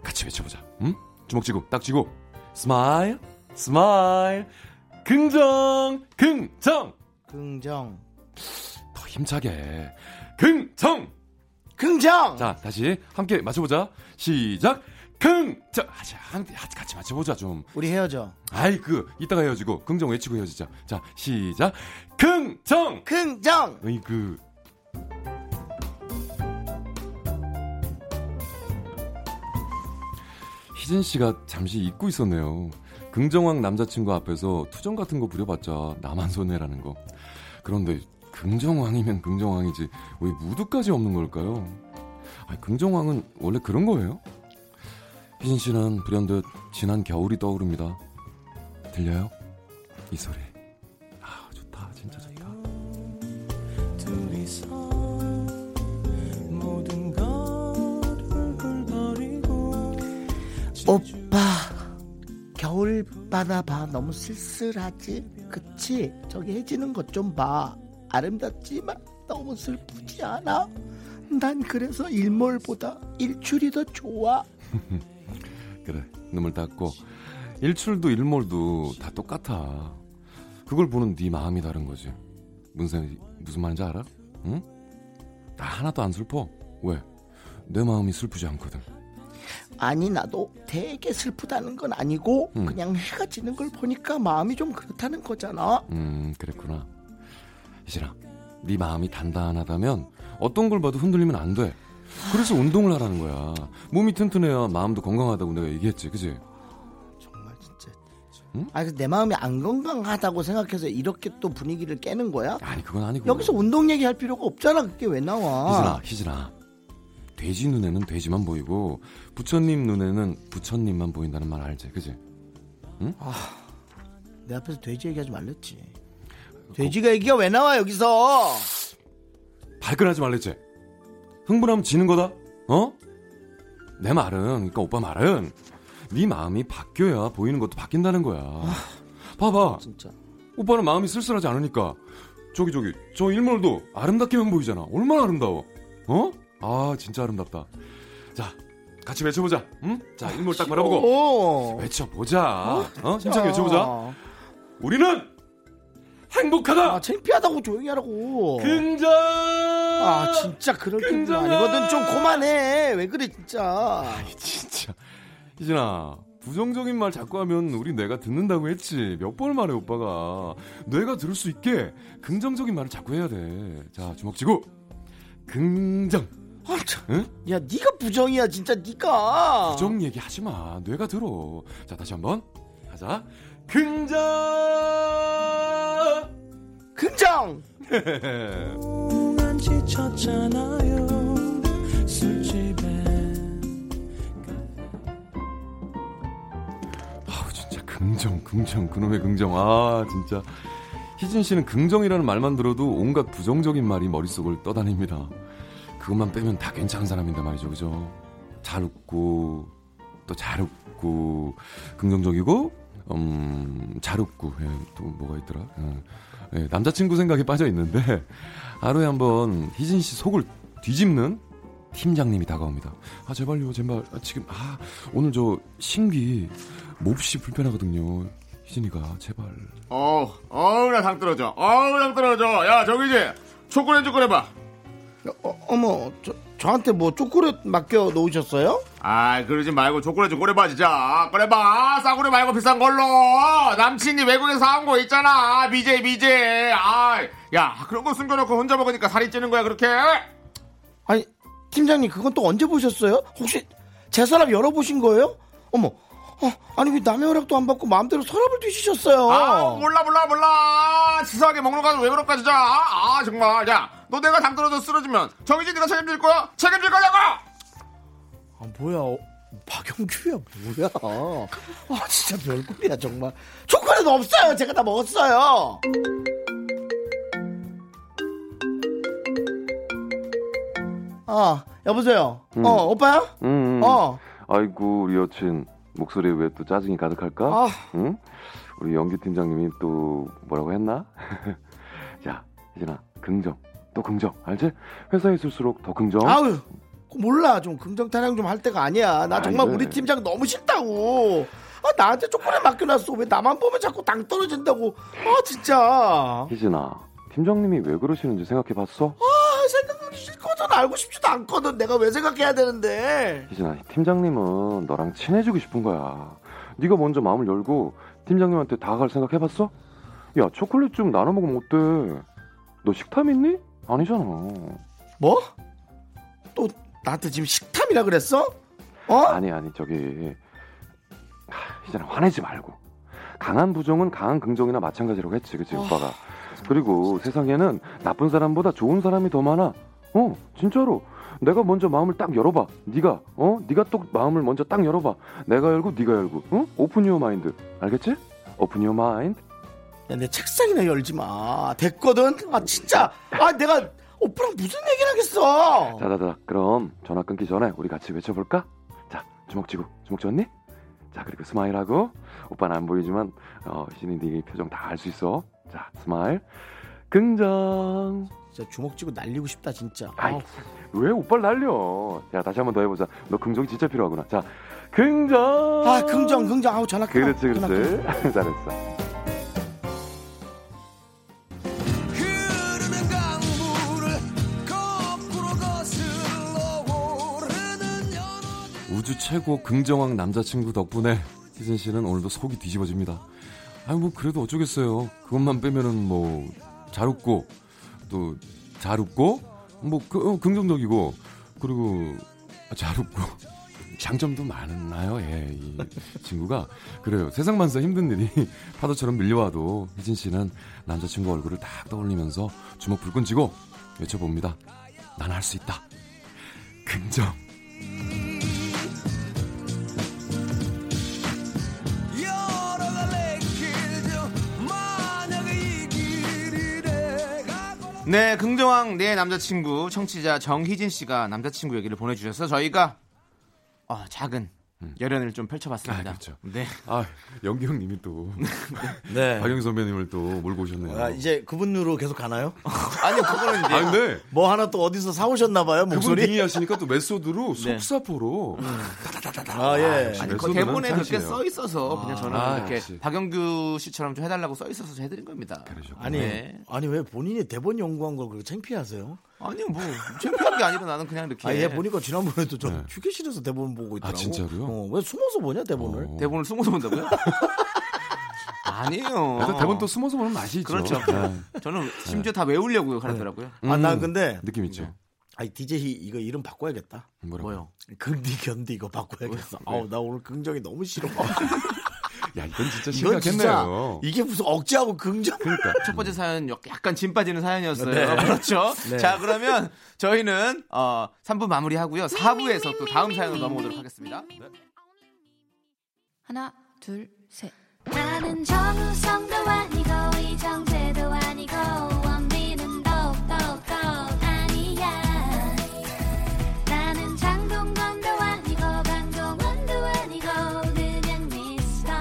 Speaker 10: 같이 외쳐보자 응? 주먹 쥐고 딱 쥐고 스마일 스마일 긍정 긍정
Speaker 1: 긍정
Speaker 10: 더 힘차게 긍정
Speaker 1: 긍정
Speaker 10: 자 다시 함께 맞춰보자 시작 긍정 아자 함께 같이 맞춰보자 좀
Speaker 1: 우리 헤어져
Speaker 10: 아이 그 이따가 헤어지고 긍정 외치고 헤어지자 자 시작 긍정
Speaker 1: 긍정
Speaker 10: 으이 그 희진 씨가 잠시 잊고 있었네요 긍정왕 남자친구 앞에서 투정 같은 거 부려봤자 나만 손해라는 거 그런데 긍정왕이면 긍정왕이지 왜 무드까지 없는 걸까요 아니, 긍정왕은 원래 그런 거예요 희진 씨는 불현듯 지난 겨울이 떠오릅니다 들려요 이 소리 아 좋다 진짜 좋다
Speaker 8: 둘이서 모든 걸 흘버리고
Speaker 1: 오빠 겨울 바다 봐 너무 쓸쓸하지 그치 저기 해지는 것 좀 봐 아름답지만 너무 슬프지 않아 난 그래서 일몰보다 일출이 더 좋아
Speaker 10: 그래 눈물 닦고 일출도 일몰도 다 똑같아 그걸 보는 네 마음이 다른 거지 무슨 생각- 무슨 말인지 알아? 응? 나 하나도 안 슬퍼 왜? 내 마음이 슬프지 않거든
Speaker 1: 아니 나도 되게 슬프다는 건 아니고
Speaker 10: 음.
Speaker 1: 그냥 해가 지는 걸 보니까 마음이 좀 그렇다는 거잖아
Speaker 10: 음 그랬구나 이진아 네 마음이 단단하다면 어떤 걸 봐도 흔들리면 안돼 그래서 운동을 하라는 거야 몸이 튼튼해야 마음도 건강하다고 내가 얘기했지 그지?
Speaker 1: 정말 진짜 아니 그내 마음이 안 건강하다고 생각해서 이렇게 또 분위기를 깨는 거야?
Speaker 10: 아니 그건 아니고
Speaker 1: 여기서 운동 얘기할 필요가 없잖아 그게 왜 나와
Speaker 10: 희진아, 희진아. 돼지 눈에는 돼지만 보이고 부처님 눈에는 부처님만 보인다는 말 알지, 그지? 응?
Speaker 1: 내 앞에서 돼지 얘기하지 말랬지. 돼지가 얘기가 왜 나와 여기서?
Speaker 10: 발끈하지 말랬지. 흥분하면 지는 거다. 어? 내 말은 그러니까 오빠 말은 네 마음이 바뀌어야 보이는 것도 바뀐다는 거야. 봐봐.
Speaker 2: 진짜.
Speaker 10: 오빠는 마음이 쓸쓸하지 않으니까 저기 저기 저 일몰도 아름답게만 보이잖아. 얼마나 아름다워. 어? 아 진짜 아름답다. 자 같이 외쳐보자. 응?
Speaker 2: 아,
Speaker 10: 자 일몰 딱
Speaker 2: 어,
Speaker 1: 어.
Speaker 10: 바라보고 외쳐보자. 어? 힘차게 외쳐보자. 우리는 행복하다.
Speaker 1: 아, 창피하다고 조용히 하라고.
Speaker 10: 긍정.
Speaker 1: 아 진짜 그럴 정도 아니거든. 좀 그만해. 왜 그래 진짜.
Speaker 10: 진짜. 희진아 부정적인 말 자꾸 하면 우리 뇌가 듣는다고 했지 몇 번을 말해 오빠가 뇌가 들을 수 있게 긍정적인 말을 자꾸 해야 돼자 주먹 쥐고 긍정
Speaker 1: 아, 참.
Speaker 10: 응?
Speaker 1: 야 네가 부정이야 진짜 네가.
Speaker 10: 부정 얘기하지 마 뇌가 들어 자 다시 한번 하자 긍정
Speaker 1: 긍정.
Speaker 8: 난 지쳤잖아요 술집에
Speaker 10: 아우 진짜 긍정 긍정 그놈의 긍정 아 진짜 희진 씨는 긍정이라는 말만 들어도 온갖 부정적인 말이 머릿속을 떠다닙니다 그것만 빼면 다 괜찮은 사람인데 말이죠 그죠 잘 웃고 또 잘 웃고 긍정적이고 음잘 웃고 예, 또 뭐가 있더라 예. 예, 남자친구 생각에 빠져 있는데 하루에 한번 희진 씨 속을 뒤집는 팀장님이 다가옵니다. 아 제발요, 제발 아, 지금 아 오늘 저 신기 몹시 불편하거든요. 희진이가 제발
Speaker 12: 어우, 어우, 나당 떨어져. 어우, 당 떨어져. 야, 저기지. 초콜릿 초콜릿 봐.
Speaker 1: 어, 머 저, 저한테 뭐 초콜릿 맡겨 놓으셨어요?
Speaker 12: 아, 그러지 말고 초콜릿 좀 꺼내봐, 진짜. 꺼내봐. 싸구려 말고 비싼 걸로. 남친이 외국에서 사온 거 있잖아. 미제, 미제. 아, 야, 그런 거 숨겨놓고 혼자 먹으니까 살이 찌는 거야, 그렇게.
Speaker 1: 아니 팀장님 그건 또 언제 보셨어요? 혹시 제 서랍 열어보신 거예요? 어머. 어, 아니 왜 남의 허락도 안 받고 마음대로 서랍을 뒤지셨어요?
Speaker 12: 아, 몰라, 몰라, 몰라. 치사하게 먹는 거왜 그럴까, 진짜. 아, 아, 정말. 야, 너 내가 당 떨어져 쓰러지면 정희진 네가 책임질 거야? 책임질 거냐고!
Speaker 1: 아, 뭐야 어, 박영규야 뭐야 아 진짜 별꼴이야 정말 초콜릿 없어요 제가 다 먹었어요 아 여보세요
Speaker 10: 음.
Speaker 1: 어 오빠야
Speaker 10: 음, 음.
Speaker 1: 어
Speaker 10: 아이고 우리 여친 목소리에 왜 또 짜증이 가득할까?
Speaker 1: 아.
Speaker 10: 응? 우리 연기 팀장님이 또 뭐라고 했나? 야 희진아 긍정 또 긍정 알지? 회사에 있을수록 더 긍정.
Speaker 1: 아유 그거 몰라 좀 긍정 타령 좀 할 때가 아니야 나 정말
Speaker 10: 아이고.
Speaker 1: 우리 팀장 너무 싫다고 아 나한테 초콜릿 맡겨놨어 왜 나만 보면 자꾸 당 떨어진다고 아 진짜
Speaker 10: 희진아 팀장님이 왜 그러시는지 생각해봤어?
Speaker 1: 아 생각하기 싫거든 알고 싶지도 않거든 내가 왜 생각해야 되는데
Speaker 10: 희진아 팀장님은 너랑 친해지고 싶은 거야 네가 먼저 마음을 열고 팀장님한테 다가갈 생각 해봤어? 야 초콜릿 좀 나눠 먹으면 어때 너 식탐 있니? 아니잖아
Speaker 1: 뭐? 또 나한테 지금 식탐이라 그랬어? 어?
Speaker 10: 아니 아니 저기 하, 희진아 화내지 말고 강한 부정은 강한 긍정이나 마찬가지라고 했지 그치 오빠가 그리고 세상에는 나쁜 사람보다 좋은 사람이 더 많아 어 진짜로 내가 먼저 마음을 딱 열어봐 네가 어 네가 또 마음을 먼저 딱 열어봐 내가 열고 네가 열고 응 오픈 유어 마인드 알겠지 오픈 유어 마인드
Speaker 1: 야, 내 책상이나 열지 마 됐거든 아 진짜 아 내가 오빠랑 무슨 얘기를 하겠어
Speaker 10: 자자자 그럼 전화 끊기 전에 우리 같이 외쳐볼까 자 주먹 쥐고 주먹 쥐었니 자 그리고 스마일하고 오빠는 안 보이지만 어 희진이 네 표정 다 알 수 있어 자 스마일 긍정
Speaker 1: 진짜 주먹 쥐고 날리고 싶다 진짜 어.
Speaker 10: 아이, 왜 오빠를 날려? 야, 다시 한 번 더 해보자. 너 긍정이 진짜 필요하구나. 자, 긍정!
Speaker 1: 아 긍정 긍정 아우 전화 끊어.
Speaker 10: 그렇지,
Speaker 1: 전화
Speaker 10: 그렇지.
Speaker 1: 끊어.
Speaker 10: 잘했어.
Speaker 4: 흐르는 강물을 거꾸로 거슬러 오르는
Speaker 10: 우주 최고 긍정왕 남자친구 덕분에 희진 씨는 오늘도 속이 뒤집어집니다. 아니 뭐 그래도 어쩌겠어요. 그것만 빼면은 뭐 잘 웃고 또 잘 웃고 뭐 그- 어, 긍정적이고 그리고 잘 웃고 장점도 많나요? 예, 이 친구가 그래요. 세상만사 힘든 일이 파도처럼 밀려와도 희진 씨는 남자친구 얼굴을 딱 떠올리면서 주먹 불끈 쥐고 외쳐봅니다. 난 할 수 있다. 긍정.
Speaker 4: 여러 갈래 길좀
Speaker 2: 네, 긍정왕 내 남자친구 청취자 정희진 씨가 남자친구 얘기를 보내주셔서 저희가 어, 작은 열연을 좀 펼쳐봤습니다. 네.
Speaker 10: 아 연기 형님이 또
Speaker 1: 네.
Speaker 10: 박영 선배님을 또 몰고 오셨네요.
Speaker 1: 아, 이제 그분으로 계속 가나요? 아니 그거는 이제
Speaker 10: 아, 근데
Speaker 1: 뭐 하나 또 어디서 사오셨나 봐요
Speaker 10: 그분
Speaker 1: 목소리. 네. 음.
Speaker 10: 빙의 하시니까 또 메소드로 속사포로
Speaker 1: 아 예.
Speaker 2: 아니, 그 대본에 그렇게 써 있어서 그냥 저는
Speaker 10: 아,
Speaker 2: 이렇게
Speaker 10: 역시.
Speaker 2: 박영규 씨처럼 좀 해달라고 써 있어서 해드린 겁니다.
Speaker 1: 아니
Speaker 2: 네.
Speaker 1: 아니 왜 본인이 대본 연구한 걸 그렇게 창피하세요?
Speaker 2: 아니요 뭐 창피한 게 아니라 나는 그냥 이렇게
Speaker 1: 아, 예, 보니까 지난번에도 저 휴게실에서 대본 보고 있더라고.
Speaker 10: 네. 아, 진짜로요?
Speaker 1: 어, 왜 숨어서 보냐, 대본을?
Speaker 2: 대본을 숨어서 본다고요? 아니에요.
Speaker 10: 일단 대본 또 숨어서 보는 맛이 있죠.
Speaker 2: 그렇죠.
Speaker 10: 네.
Speaker 2: 저는 심지어 다 외우려고 하더라고요.
Speaker 1: 아,
Speaker 10: 음,
Speaker 1: 나 근데, 네.
Speaker 10: 느낌 있죠.
Speaker 1: 아니, DJ 이거 이름 바꿔야겠다.
Speaker 10: 뭐라고?
Speaker 2: 뭐요?
Speaker 1: 금디 견디 이거 아, 바꿔야겠어. 아우, 나 오늘 긍정이 너무 싫어.
Speaker 10: 야 이건 진짜
Speaker 1: 이건 진짜,
Speaker 10: 심각했네요.
Speaker 1: 이게 무슨 억지하고 긍정.
Speaker 10: 그러니까
Speaker 2: 첫 번째 사연 역- 약간 짐 빠지는 사연이었어요.
Speaker 1: 네.
Speaker 2: 그렇죠.
Speaker 1: 네.
Speaker 2: 자 그러면 저희는 어, 3부 마무리하고요. 4부에서 또 다음 사연으로 넘어오도록 하겠습니다.
Speaker 13: 하나, 둘, 셋.
Speaker 3: 나는 정우성도 아니고 이정재도 아니고 원빈은 더욱더 아니야 나는 장동건도 아니고 강동원도 아니고 그냥 미스터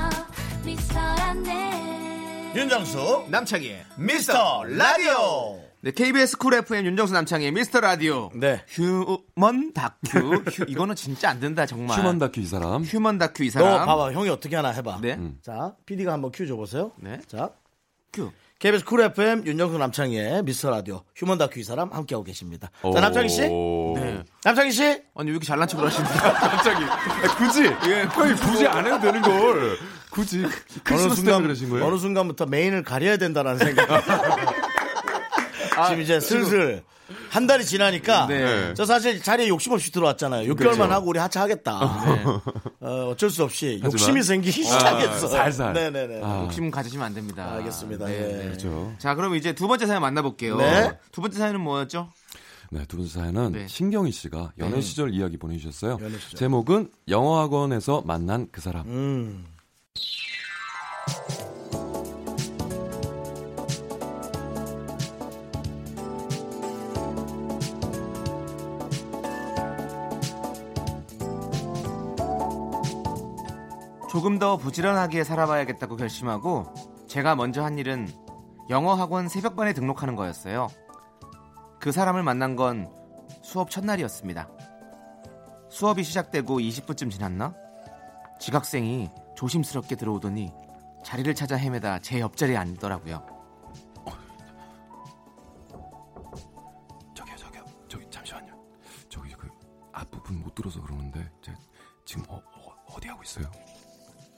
Speaker 3: 미스터란데
Speaker 1: 윤정수,
Speaker 2: 남창희의
Speaker 1: 미스터 라디오!
Speaker 2: 네, KBS 쿨 FM 윤정수 남창희의 미스터 라디오.
Speaker 1: 네.
Speaker 2: 휴먼 다큐. 휴- 이거는 진짜 안 된다 정말.
Speaker 10: 휴먼 다큐 이 사람.
Speaker 2: 휴먼 다큐 이 사람.
Speaker 1: 너 봐봐, 음. 형이 어떻게 하나 해봐.
Speaker 2: 네.
Speaker 1: 자, PD가 한번 큐 줘보세요.
Speaker 2: 네.
Speaker 1: 자,
Speaker 2: 큐.
Speaker 1: KBS 쿨 FM 윤정수 남창희의 미스터 라디오 휴먼 다큐 이 사람 함께하고 계십니다. 자, 남창희 씨.
Speaker 2: 네.
Speaker 1: 남창희 씨.
Speaker 2: 아니 왜 이렇게 잘난 척을 하십니까?
Speaker 10: 갑자기 아, 굳이 형이 굳이 안 해도 되는 걸 굳이
Speaker 1: 어느
Speaker 10: 크리스마스 때문에
Speaker 1: 순간
Speaker 10: 그러신 거예요?
Speaker 1: 어느 순간부터 메인을 가려야 된다라는 생각.
Speaker 10: 아,
Speaker 1: 지금 이제 슬슬 한 달이 지나니까
Speaker 2: 네.
Speaker 1: 저 사실 자리에 욕심 없이 들어왔잖아요. 6개월만 하고 우리 하차하겠다. 어, 어쩔 수 없이
Speaker 10: 그렇죠. 아. 하지만-
Speaker 1: 욕심이 생기기
Speaker 10: 아,
Speaker 1: 시작했어.
Speaker 10: 살살.
Speaker 1: 네네네.
Speaker 10: 아,
Speaker 2: 욕심 가지시면 안 됩니다.
Speaker 1: 알겠습니다.
Speaker 2: 네,
Speaker 1: 예.
Speaker 2: 네.
Speaker 10: 그렇죠.
Speaker 2: 자 그럼 이제 두 번째 사연 만나볼게요.
Speaker 1: 네.
Speaker 2: 두 번째 사연은 뭐였죠?
Speaker 10: 네, 두 번째 사연은
Speaker 2: 네.
Speaker 10: 신경희 씨가 연애
Speaker 2: 네.
Speaker 10: 시절 이야기 보내주셨어요.
Speaker 1: 연애 시절.
Speaker 10: 제목은 영어학원에서 만난 그 사람.
Speaker 1: 음.
Speaker 2: 조금 더 부지런하게 살아봐야겠다고 결심하고 제가 먼저 한 일은 영어 학원 새벽반에 등록하는 거였어요. 그 사람을 만난 건 수업 첫날이었습니다. 수업이 시작되고 20분쯤 지났나? 지각생이 조심스럽게 들어오더니 자리를 찾아 헤매다 제 옆자리에 앉더라고요.
Speaker 10: 저기요, 저기요, 저기 잠시만요. 저기 그 앞부분 못 들어서 그러는데 제 지금 어, 디 하고 있어요?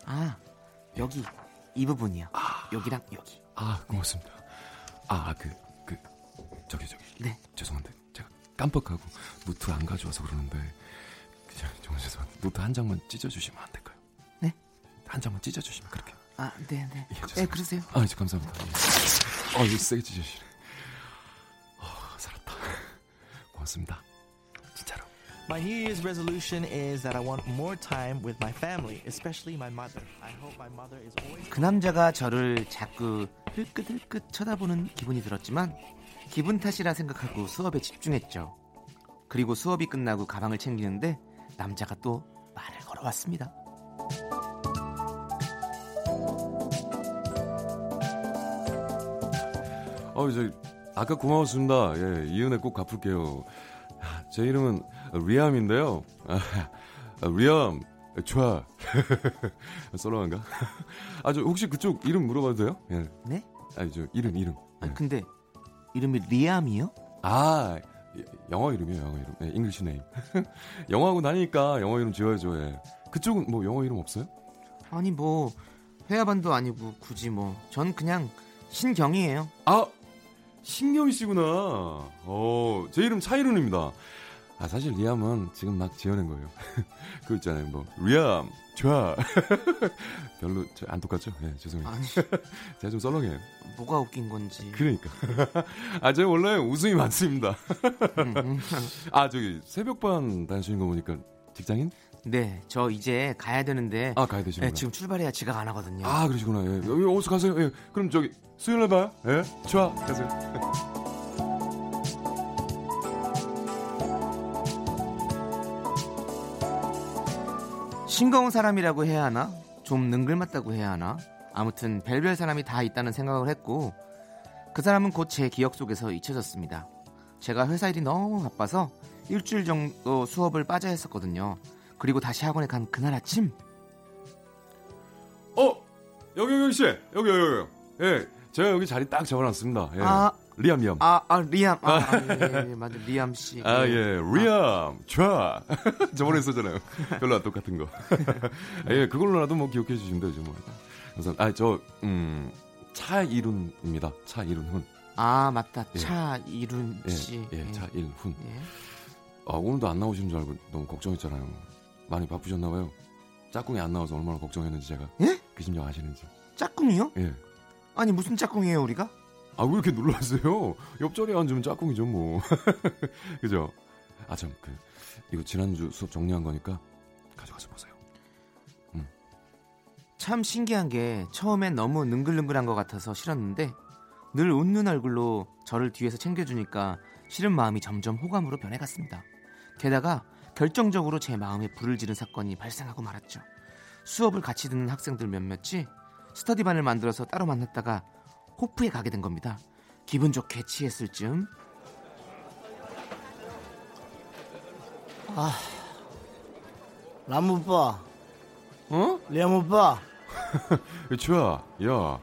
Speaker 2: 아, 여기 이 부분이요. 여기랑 여기.
Speaker 10: 아, 고맙습니다. 아, 그 그 저기 저기.
Speaker 2: 네.
Speaker 10: 죄송한데 제가 깜빡하고 노트 안 가져와서 그러는데 그냥 정말 죄송한데 노트 한 장만 찢어주시면 안 될까요?
Speaker 2: 네?
Speaker 10: 한 장만 찢어주시면 그렇게.
Speaker 2: 아, 네, 네.
Speaker 10: 예, 죄송합니다.
Speaker 2: 네, 그러세요.
Speaker 10: 아, 이제 감사합니다. 예. 아, 이거 세게 찢으시네. 아, 살았다. 고맙습니다. 진짜로.
Speaker 14: My New Year's resolution is that I want more time with my family, especially my mother. I hope my mother is always.
Speaker 2: 그 남자가 저를 자꾸 흘끗흘끗 쳐다보는 기분이 들었지만 기분 탓이라 생각하고 수업에 집중했죠. 그리고 수업이 끝나고 가방을 챙기는데 남자가 또 말을 걸어왔습니다.
Speaker 10: 어, 이제 아까 고마웠습니다. 예, 이은혜 꼭 갚을게요. 아, 제 이름은 리암인데요. 아, 아, 리암 좋아. 썰렁한가? 아, 저 혹시 그쪽 이름 물어봐도 돼요? 예.
Speaker 2: 네?
Speaker 10: 아니, 저 이름 이름.
Speaker 2: 아니, 근데 이름이 리암이요?
Speaker 10: 아, 예, 영어 이름이에요, 영어 이름. 예, 잉글리시 네임. 영어하고 다니니까 영어 이름 지어야죠, 예. 그쪽은 뭐 영어 이름 없어요?
Speaker 2: 아니 뭐 회화반도 아니고 굳이 뭐 전 그냥 신경이에요.
Speaker 10: 아 신경이 씨구나. 어, 제 이름 차이룬입니다. 아 사실 리암은 지금 막 지어낸 거예요. 그거 있잖아요, 뭐 리암 좋아. 별로 저- 안 똑같죠? 예, 죄송해요.
Speaker 2: 아니
Speaker 10: 제가 좀 썰렁해요.
Speaker 2: 뭐가 웃긴 건지.
Speaker 10: 그러니까. 아 제가 원래 웃음이 많습니다. 아 저기 새벽반 다니시는 거 보니까 직장인?
Speaker 2: 네, 저 이제 가야 되는데
Speaker 10: 아 가야 되시구나.
Speaker 2: 네, 지금 출발해야 지각 안 하거든요.
Speaker 10: 아 그러시구나. 예, 여기 어서 가세요. 예, 그럼 저기 수요일에 봐요. 예, 좋아. 가세요.
Speaker 2: 싱거운 사람이라고 해야 하나? 좀 능글맞다고 해야 하나? 아무튼 별별 사람이 다 있다는 생각을 했고 그 사람은 곧 제 기억 속에서 잊혀졌습니다. 제가 회사 일이 너무 바빠서 일주일 정도 수업을 빠져 했었거든요. 그리고 다시 학원에 간 그날 아침
Speaker 10: 어 여기 여기 씨 여기 여기 여기 예 제가 여기 자리 딱 잡아놨습니다 예.
Speaker 2: 아.
Speaker 10: 리암 리암
Speaker 2: 아, 아 리암 아, 아, 예, 예, 맞아 리암 씨.
Speaker 10: 아, 예. 리암, 좌. 저번에 했었잖아요. 별로 안 똑같은 거. 아, 예, 그걸로라도 뭐 기억해 주시면 되죠, 뭐. 그래서, 아, 저, 음, 차이룬입니다. 차이룬훈.
Speaker 2: 아 맞다
Speaker 10: 예.
Speaker 2: 차이룬
Speaker 10: 예,
Speaker 2: 씨.
Speaker 10: 예, 차일훈.
Speaker 2: 예.
Speaker 10: 아, 오늘도 안 나오시는 줄 알고 너무 걱정했잖아요. 많이 바쁘셨나봐요. 짝꿍이 안 나와서 얼마나 걱정했는지 제가.
Speaker 2: 예?
Speaker 10: 그 심정 아시는지.
Speaker 2: 짝꿍이요?
Speaker 10: 예.
Speaker 2: 아니 무슨 짝꿍이에요 우리가?
Speaker 10: 아, 왜 이렇게 놀라세요? 옆자리에 앉으면 짝꿍이죠, 뭐. 그죠? 아, 참, 그, 이거 지난주 수업 정리한 거니까 가져가서 보세요.
Speaker 2: 참 신기한 게 처음엔 너무 능글능글한 것 같아서 싫었는데 늘 웃는 얼굴로 저를 뒤에서 챙겨주니까 싫은 마음이 점점 호감으로 변해갔습니다. 게다가 결정적으로 제 마음에 불을 지른 사건이 발생하고 말았죠. 수업을 같이 듣는 학생들 몇몇이 스터디반을 만들어서 따로 만났다가 호프에 가게 된 겁니다. 기분 좋게 취했을 즈음
Speaker 1: 아, 람 오빠.
Speaker 2: 어?
Speaker 1: 리암
Speaker 10: 아.
Speaker 1: 오빠.
Speaker 10: 주야, 예, 야,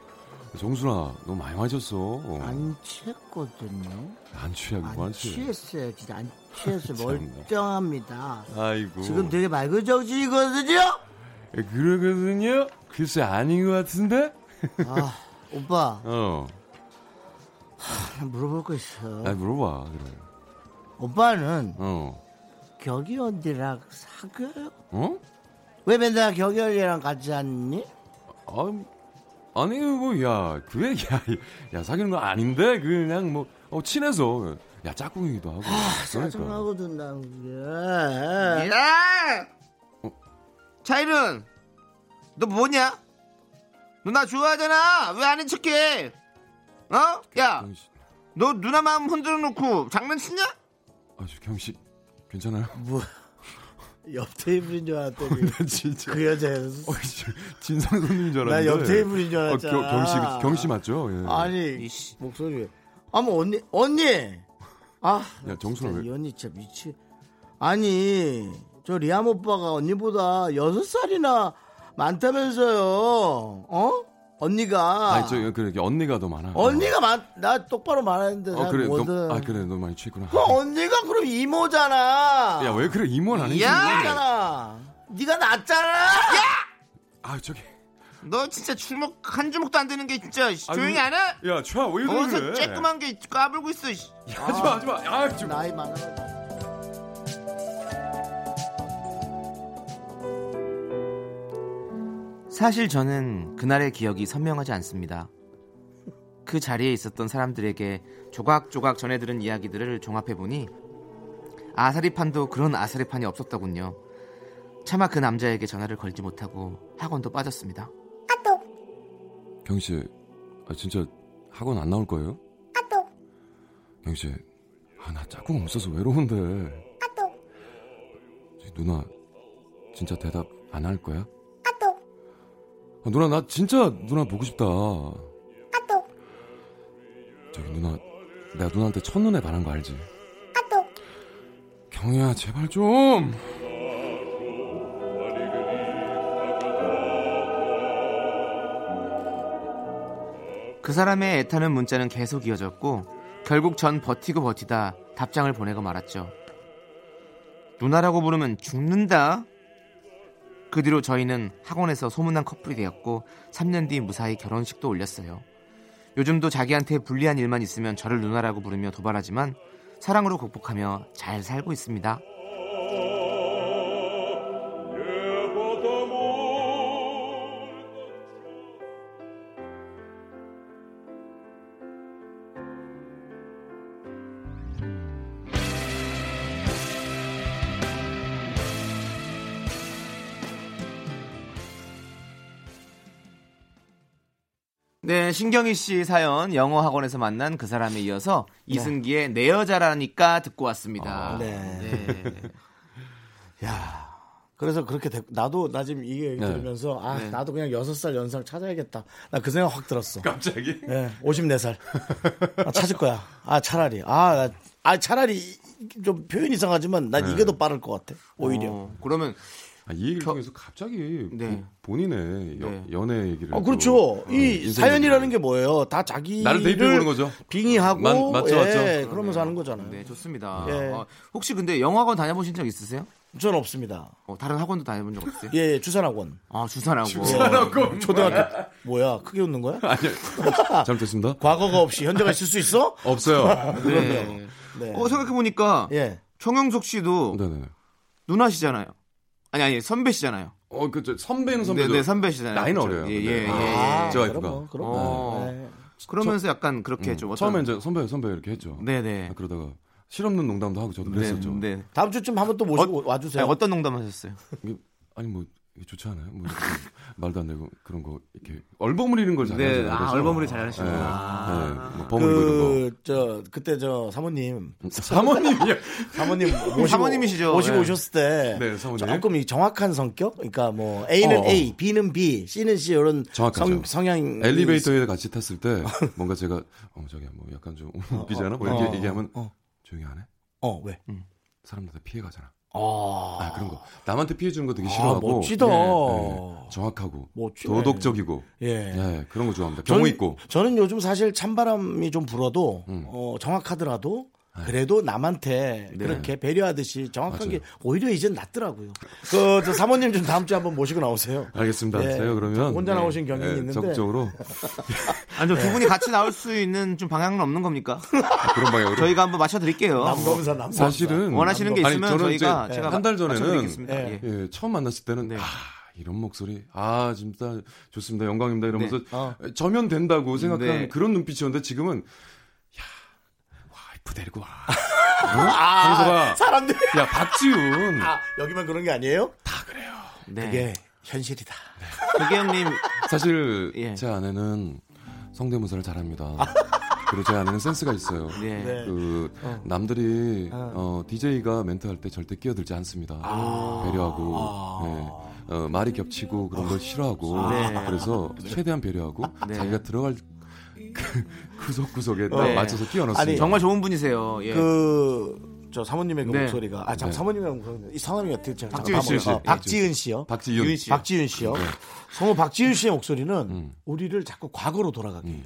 Speaker 10: 정순아, 너 많이 마셨어.
Speaker 1: 안 취했거든요.
Speaker 10: 안 취하고
Speaker 1: 안
Speaker 10: 안 취해.
Speaker 1: 취했어요. 진짜 안 취했어요.
Speaker 10: 참나. 어.
Speaker 1: 멀쩡합니다.
Speaker 10: 아이고.
Speaker 1: 지금 되게 맑은 정신이거든요.
Speaker 10: 에, 그러거든요. 글쎄 아닌 것 같은데.
Speaker 1: 아, 오빠.
Speaker 10: 어.
Speaker 1: 하나 물어볼 거 있어.
Speaker 10: 아 물어봐. 그래.
Speaker 1: 오빠는
Speaker 10: 어.
Speaker 1: 격이 언니랑 사귀어요?
Speaker 10: 어?
Speaker 1: 왜 맨날 격이 언니랑 같이 앉니?
Speaker 10: 아, 아니 뭐야그 얘기야. 야 사귀는 거 아닌데 그냥 뭐 어, 친해서 야 짝꿍이기도 하고. 그러니까.
Speaker 1: 아, 짜증나거든 난 그게.
Speaker 2: 야! 차이른, 너 뭐냐? 너 나 좋아하잖아. 왜 아닌 척해? 어? 야, 너 누나 마음 흔들어 놓고 장난치냐?
Speaker 10: 아, 주경 씨 괜찮아요?
Speaker 1: 뭐? 옆 테이블인 줄 알았더니 그 여자였어.
Speaker 10: 진상 손님인 줄
Speaker 1: 나
Speaker 10: 알았는데.
Speaker 1: 옆 테이블인 줄
Speaker 10: 아,
Speaker 1: 알았잖아.
Speaker 10: 경 씨, 경 씨 맞죠? 예.
Speaker 1: 아니 목소리 왜? 아무 언니 언니. 아
Speaker 10: 야 정순아
Speaker 1: 진짜
Speaker 10: 왜?
Speaker 1: 이 언니 진짜 미치. 아니 저 리암 오빠가 언니보다 여섯 살이나 많다면서요. 어? 언니가
Speaker 10: 아니 저 예, 그래 언니가 더 많아.
Speaker 1: 언니가 많, 나 똑바로 말하는데
Speaker 10: 어 그래
Speaker 1: 뭐든.
Speaker 10: 너, 아 그래 너 많이 취했구나.
Speaker 1: 그럼 언니가 그럼 이모잖아.
Speaker 10: 야 왜 그래 이모는 아니지?
Speaker 1: 이모잖아. 네가 낫잖아.
Speaker 10: 아 저기.
Speaker 2: 너 진짜 주먹 한 주먹도 안 되는 게 진짜 씨,
Speaker 10: 아,
Speaker 2: 조용히
Speaker 10: 왜-
Speaker 2: 안 해?
Speaker 10: 야 최아 왜 이러는
Speaker 2: 어디서
Speaker 10: 그래?
Speaker 2: 쬐끄만 게 까불고 있어. 씨.
Speaker 10: 하지마 하지마. 아 좀.
Speaker 1: 나이 많아.
Speaker 2: 사실 저는 그날의 기억이 선명하지 않습니다. 그 자리에 있었던 사람들에게 조각조각 전해들은 이야기들을 종합해보니 아사리판도 그런 아사리판이 없었더군요. 차마 그 남자에게 전화를 걸지 못하고 학원도 빠졌습니다.
Speaker 10: 경 씨, 아, 진짜 학원 안 나올 거예요? 경 씨, 아, 나 짝꿍 없어서 외로운데. 저기 누나, 진짜 대답 안 할 거야? 아, 누나, 나 진짜 누나 보고 싶다. 저기 누나, 내가 누나한테 첫눈에 반한 거 알지? 경희야, 제발 좀!
Speaker 2: 그 사람의 애타는 문자는 계속 이어졌고 결국 전 버티고 버티다 답장을 보내고 말았죠. 누나라고 부르면 죽는다. 그 뒤로 저희는 학원에서 소문난 커플이 되었고 3년 뒤 무사히 결혼식도 올렸어요. 요즘도 자기한테 불리한 일만 있으면 저를 누나라고 부르며 도발하지만 사랑으로 극복하며 잘 살고 있습니다. 네, 신경희 씨 사연 영어 학원에서 만난 그 사람에 이어서 이승기의 내 아,
Speaker 10: 아,
Speaker 2: 네.
Speaker 10: 네.
Speaker 2: 여자라니까 듣고 왔습니다.
Speaker 1: 네.
Speaker 2: 네.
Speaker 1: 야, 그래서 그렇게 됐- 나도 나 지금 이 얘기
Speaker 10: 네.
Speaker 1: 들으면서 아
Speaker 10: 네.
Speaker 1: 나도 그냥 여섯 살 연상을 찾아야겠다. 나 그 생각 확 들었어.
Speaker 11: 갑자기?
Speaker 1: 예, 54살. 아, 찾을 거야. 아 차라리 아, 나- 아 차라리 이- 좀 표현 이상하지만 난
Speaker 10: 네. 어,
Speaker 1: 이게 더 빠를 것 같아. 오히려.
Speaker 2: 그러면
Speaker 10: 아, 이 얘기를 통해서 갑자기
Speaker 1: 네.
Speaker 10: 본, 인의 연애 얘기를
Speaker 2: 아,
Speaker 1: 어, 그렇죠.
Speaker 10: 또, 네,
Speaker 1: 이
Speaker 10: 인생
Speaker 1: 사연이라는 게 뭐예요? 다 자기를
Speaker 10: 나를 대입해 보는 거죠.
Speaker 1: 빙의하고
Speaker 10: 맞- 맞죠,
Speaker 1: 예,
Speaker 10: 맞죠.
Speaker 1: 그러면서 하는 거잖아요.
Speaker 2: 네, 좋습니다.
Speaker 1: 예.
Speaker 2: 어, 혹시 근데 영화관 다녀보신 적 있으세요?
Speaker 1: 저는 없습니다.
Speaker 2: 어, 다른 학원도 다녀본 적 없으세요?
Speaker 1: 예, 예, 주산학원.
Speaker 2: 아, 네. 주산학원.
Speaker 1: 예, 초등학교 뭐야? 크게 웃는 거야? 아니요.
Speaker 10: 뭐 잘못했습니다.
Speaker 1: 과거가 없이 현재가 있을 수 있어?
Speaker 10: 없어요.
Speaker 1: 그럼요. 예. 네.
Speaker 2: 어, 생각해보니까 청영석
Speaker 10: 어,
Speaker 2: 씨도
Speaker 10: 네.
Speaker 2: 누나시잖아요. 아니, 아니, 선배시잖아요.
Speaker 10: 어, 그, 저, 선배는 선배죠.
Speaker 2: 네, 네, 선배시잖아요.
Speaker 10: 나이는
Speaker 2: 그렇죠?
Speaker 10: 어려요.
Speaker 2: 예, 예,
Speaker 10: 네.
Speaker 2: 예.
Speaker 10: 아,
Speaker 2: 예.
Speaker 10: 제 와이프가. 그럼 뭐, 그럼 뭐.
Speaker 2: 어.
Speaker 10: 네.
Speaker 2: 그러면서 약간 그렇게 좀 어떤-
Speaker 10: 처음에 이제 선배 선배 이렇게 했죠. 아,
Speaker 2: 네네.
Speaker 10: 그러다가 실없는 농담도 하고 저도
Speaker 2: 네,
Speaker 10: 그랬었죠.
Speaker 2: 네.
Speaker 1: 다음 주쯤 한번 또 모시고 와주세요.
Speaker 10: 아니,
Speaker 2: 어떤 농담하셨어요?
Speaker 10: 아니 뭐 이게 좋지 않아요? 뭐 이렇게 말도 안 되고 그런 거 이렇게 얼버무리는 걸 잘하죠.
Speaker 2: 네, 아, 얼버무리 잘하시는구나.
Speaker 10: 네, 네. 뭐 버무리고 이런 거. 그러니까
Speaker 1: 그, 저, 그때 저 사모님.
Speaker 10: 사모님이요?
Speaker 1: 사모님. 모시고,
Speaker 2: 사모님이시죠.
Speaker 1: 모시고
Speaker 2: 네.
Speaker 1: 오셨을 때.
Speaker 10: 네, 사모님.
Speaker 1: 조금 이 정확한 성격? 그러니까 뭐, A는
Speaker 10: 어, 어.
Speaker 1: A, B는 B, C는 C, 이런 성,
Speaker 10: 정확하죠.
Speaker 1: 성향.
Speaker 10: 엘리베이터에 같이 탔을 때 뭔가 제가 어 저기 뭐 약간 좀 웃기잖아. 뭐 이렇게
Speaker 1: 어, 어,
Speaker 10: 얘기하면
Speaker 1: 어.
Speaker 10: 조용히 안 해?
Speaker 1: 어 왜?
Speaker 10: 음. 사람들한테 피해 가잖아.
Speaker 1: 아.
Speaker 10: 그런 거. 남한테 피해 주는 거 되게
Speaker 1: 아,
Speaker 10: 싫어하고. 예,
Speaker 1: 멋지다.
Speaker 10: 정확하고
Speaker 1: 멋지네.
Speaker 10: 도덕적이고.
Speaker 1: 예.
Speaker 10: 그런 거 좋아합니다. 경우
Speaker 1: 저는-
Speaker 10: 있고. 음.
Speaker 1: 저는 요즘 사실 찬바람이 좀 불어도 어, 정확하더라도 그래도 남한테 그렇게 배려하듯이 정확한
Speaker 10: 아. 네. 맞아요.
Speaker 1: 게 오히려 이젠 낫더라고요. 그, 저 사모님 좀 다음 주에 한번 모시고 나오세요.
Speaker 10: 알겠습니다.
Speaker 1: 예.
Speaker 10: 제가 그러면
Speaker 1: 혼자 나오신
Speaker 10: 네,
Speaker 1: 경향이
Speaker 10: 네,
Speaker 1: 있는데
Speaker 10: 적극적으로 네.
Speaker 2: 아니, 저두 분이 같이 나올 수 있는 좀 방향은 없는 겁니까?
Speaker 10: 그런 방향으로
Speaker 2: 저희가 한번 맞춰드릴게요.
Speaker 1: 남검사, 남검사.
Speaker 10: 아, 사실은
Speaker 2: 원하시는 게
Speaker 10: 아니,
Speaker 2: 있으면
Speaker 10: 저는 이제
Speaker 2: 저희가 제가
Speaker 10: 한달 전에는
Speaker 2: 맞춰드리겠습니다. 네. 예.
Speaker 10: 예, 처음 만났을 때는 아, 이런 목소리 아 진짜 좋습니다 영광입니다 이러면서
Speaker 2: 네. 어.
Speaker 10: 저면 된다고 생각한
Speaker 2: 네.
Speaker 10: 그런 눈빛이었는데 지금은 야 와이프 데리고 와 어?
Speaker 1: 아,
Speaker 10: 황소가.
Speaker 1: 사람들.
Speaker 10: 야 박지훈
Speaker 1: 아, 여기만 그런 게 아니에요? 다 그래요.
Speaker 10: 네.
Speaker 1: 그게 현실이다.
Speaker 2: 그게 형님
Speaker 10: 사실
Speaker 2: 예.
Speaker 10: 제 아내는 성대모사를 잘합니다. 그리고 제 아내는 센스가 있어요.
Speaker 2: 아. 네. 네.
Speaker 10: 그
Speaker 2: 어.
Speaker 10: 남들이 어, DJ가 멘트할 때 절대 끼어들지 않습니다.
Speaker 2: 아.
Speaker 10: 배려하고 네. 어, 말이 겹치고 그런 걸 싫어하고
Speaker 2: 네.
Speaker 10: 그래서 최대한 배려하고
Speaker 2: 네.
Speaker 10: 자기가 들어갈 그 구석구석에 딱
Speaker 2: 네.
Speaker 10: 맞춰서 끼어넣습니다.
Speaker 2: 아니, 정말 좋은 분이세요. 예.
Speaker 1: 그, 저 사모님의 그
Speaker 2: 네.
Speaker 1: 목소리가. 아, 참,
Speaker 10: 네.
Speaker 1: 사모님의 목소리. 이 성함이 어떻게 제가
Speaker 10: 박지윤
Speaker 1: 잠깐
Speaker 10: 씨.
Speaker 1: 까먹었어요.
Speaker 10: 예.
Speaker 1: 아, 박지은 씨요.
Speaker 10: 박지윤.
Speaker 1: 박지윤 씨요. 박지윤 씨요. 네. 성우 박지윤 씨의 목소리는 우리를 자꾸 과거로 돌아가게 해요.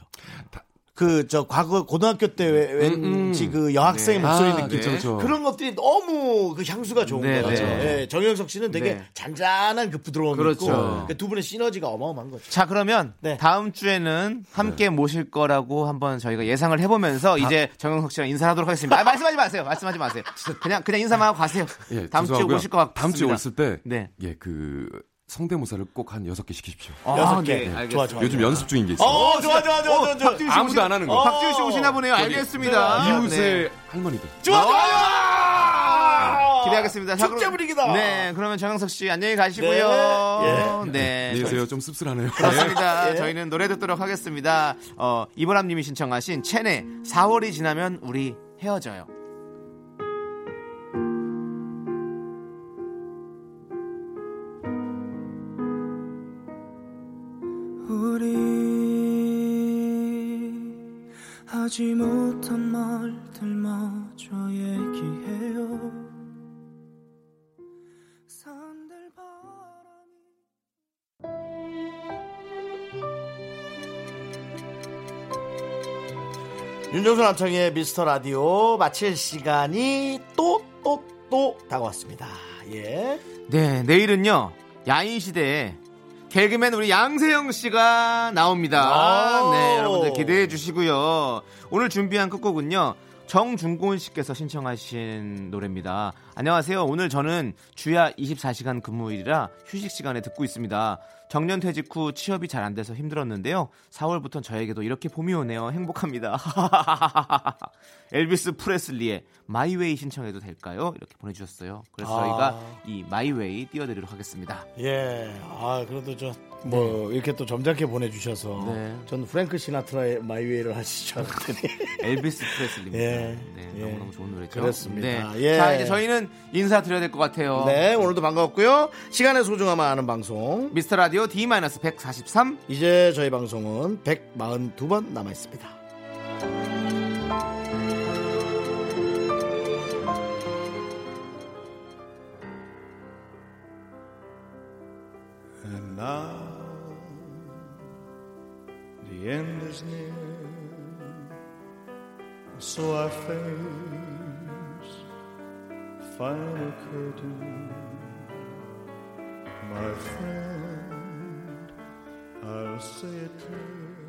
Speaker 1: 그 저 과거 고등학교 때 왜- 왠지
Speaker 10: 음.
Speaker 1: 그 여학생의
Speaker 10: 네.
Speaker 1: 목소리
Speaker 10: 아,
Speaker 1: 느낌
Speaker 10: 그쵸, 그쵸.
Speaker 1: 그런 것들이 너무 그 향수가 좋은
Speaker 10: 네,
Speaker 1: 거죠.
Speaker 10: 네.
Speaker 1: 예, 정영석 씨는 되게
Speaker 2: 네.
Speaker 1: 잔잔한 그 부드러움이
Speaker 2: 그렇죠.
Speaker 1: 있고 그러니까 두 분의 시너지가 어마어마한 거죠.
Speaker 2: 자 그러면
Speaker 1: 네.
Speaker 2: 다음 주에는 함께
Speaker 10: 네.
Speaker 2: 모실 거라고 한번 저희가 예상을 해보면서 이제 정영석 씨랑 인사하도록 하겠습니다. 아, 말씀하지 마세요. 말씀하지 마세요. 그냥 그냥 인사만 하고 가세요.
Speaker 10: 예,
Speaker 2: 다음 주에
Speaker 10: 죄송하고요.
Speaker 2: 오실 것 같습니다.
Speaker 10: 다음 주에 오실 때
Speaker 2: 네.
Speaker 10: 예, 그 성대모사를 꼭 한 여섯 개 시키십시오.
Speaker 2: 아, 여섯 개.
Speaker 10: 예,
Speaker 2: 네, 알겠습니다. 좋아, 좋아,
Speaker 10: 요즘
Speaker 2: 좋아.
Speaker 10: 연습 중인 게 있어요.
Speaker 2: 어, 좋아, 좋아, 좋아, 좋아, 좋아.
Speaker 10: 박지윤 씨 아무도 안 하는 거.
Speaker 2: 박지윤 씨 오시나 보네요.
Speaker 10: 저기,
Speaker 2: 알겠습니다.
Speaker 10: 이웃의
Speaker 2: 네.
Speaker 10: 할머니들.
Speaker 2: 좋아,
Speaker 1: 아!
Speaker 2: 기대하겠습니다. 자,
Speaker 1: 축제
Speaker 2: 그럼-
Speaker 1: 분위기다.
Speaker 2: 네, 그러면 정영석 씨 안녕히 가시고요.
Speaker 10: 예.
Speaker 2: 네.
Speaker 10: 안녕히 계세요. 좀 씁쓸하네요.
Speaker 2: 그렇습니다.
Speaker 10: 예.
Speaker 2: 저희는 노래 듣도록 하겠습니다. 어, 이보람님이 신청하신 체내 4월이 지나면 우리 헤어져요.
Speaker 13: 우리 하지 못한 말들마저 얘기해요
Speaker 1: 윤정수 남창의 미스터 라디오 마칠 시간이 또 또 또 다가왔습니다. 예.
Speaker 2: 네, 내일은요. 야인 시대에 개그맨 우리 양세형 씨가 나옵니다.
Speaker 1: 와우.
Speaker 2: 네, 여러분들 기대해 주시고요. 오늘 준비한 끝곡은요. 정중곤 씨께서 신청하신 노래입니다. 안녕하세요. 오늘 저는 주야 24시간 근무일이라 휴식 시간에 듣고 있습니다. 정년 퇴직 후 취업이 잘 안 돼서 힘들었는데요. 4월부터 저에게도 이렇게 봄이 오네요. 행복합니다. 엘비스 프레슬리의 마이웨이 신청해도 될까요? 이렇게 보내주셨어요. 그래서
Speaker 1: 아.
Speaker 2: 저희가 이 마이웨이 띄워드리도록 하겠습니다.
Speaker 1: 예. 아, 그래도 저 뭐 이렇게 또 점잖게 보내 주셔서
Speaker 2: 네.
Speaker 1: 전 프랭크 시나트라의 마이웨이를 하실 줄 알았더니
Speaker 2: 엘비스 프레슬리입니다.
Speaker 1: 예.
Speaker 2: 네, 너무너무 좋은 노래죠.
Speaker 1: 그렇습니다.
Speaker 2: 네.
Speaker 1: 예.
Speaker 2: 자, 이제 저희는 저희는 인사드려야 될 것 같아요.
Speaker 1: 네, 오늘도 반가웠고요. 시간의 소중함을 아는 방송.
Speaker 2: 미스터 라디오 D-143.
Speaker 1: 이제 저희 방송은 142번 남아 있습니다.
Speaker 4: And now the end is near, so I face final curtain. My friend, I'll say a prayer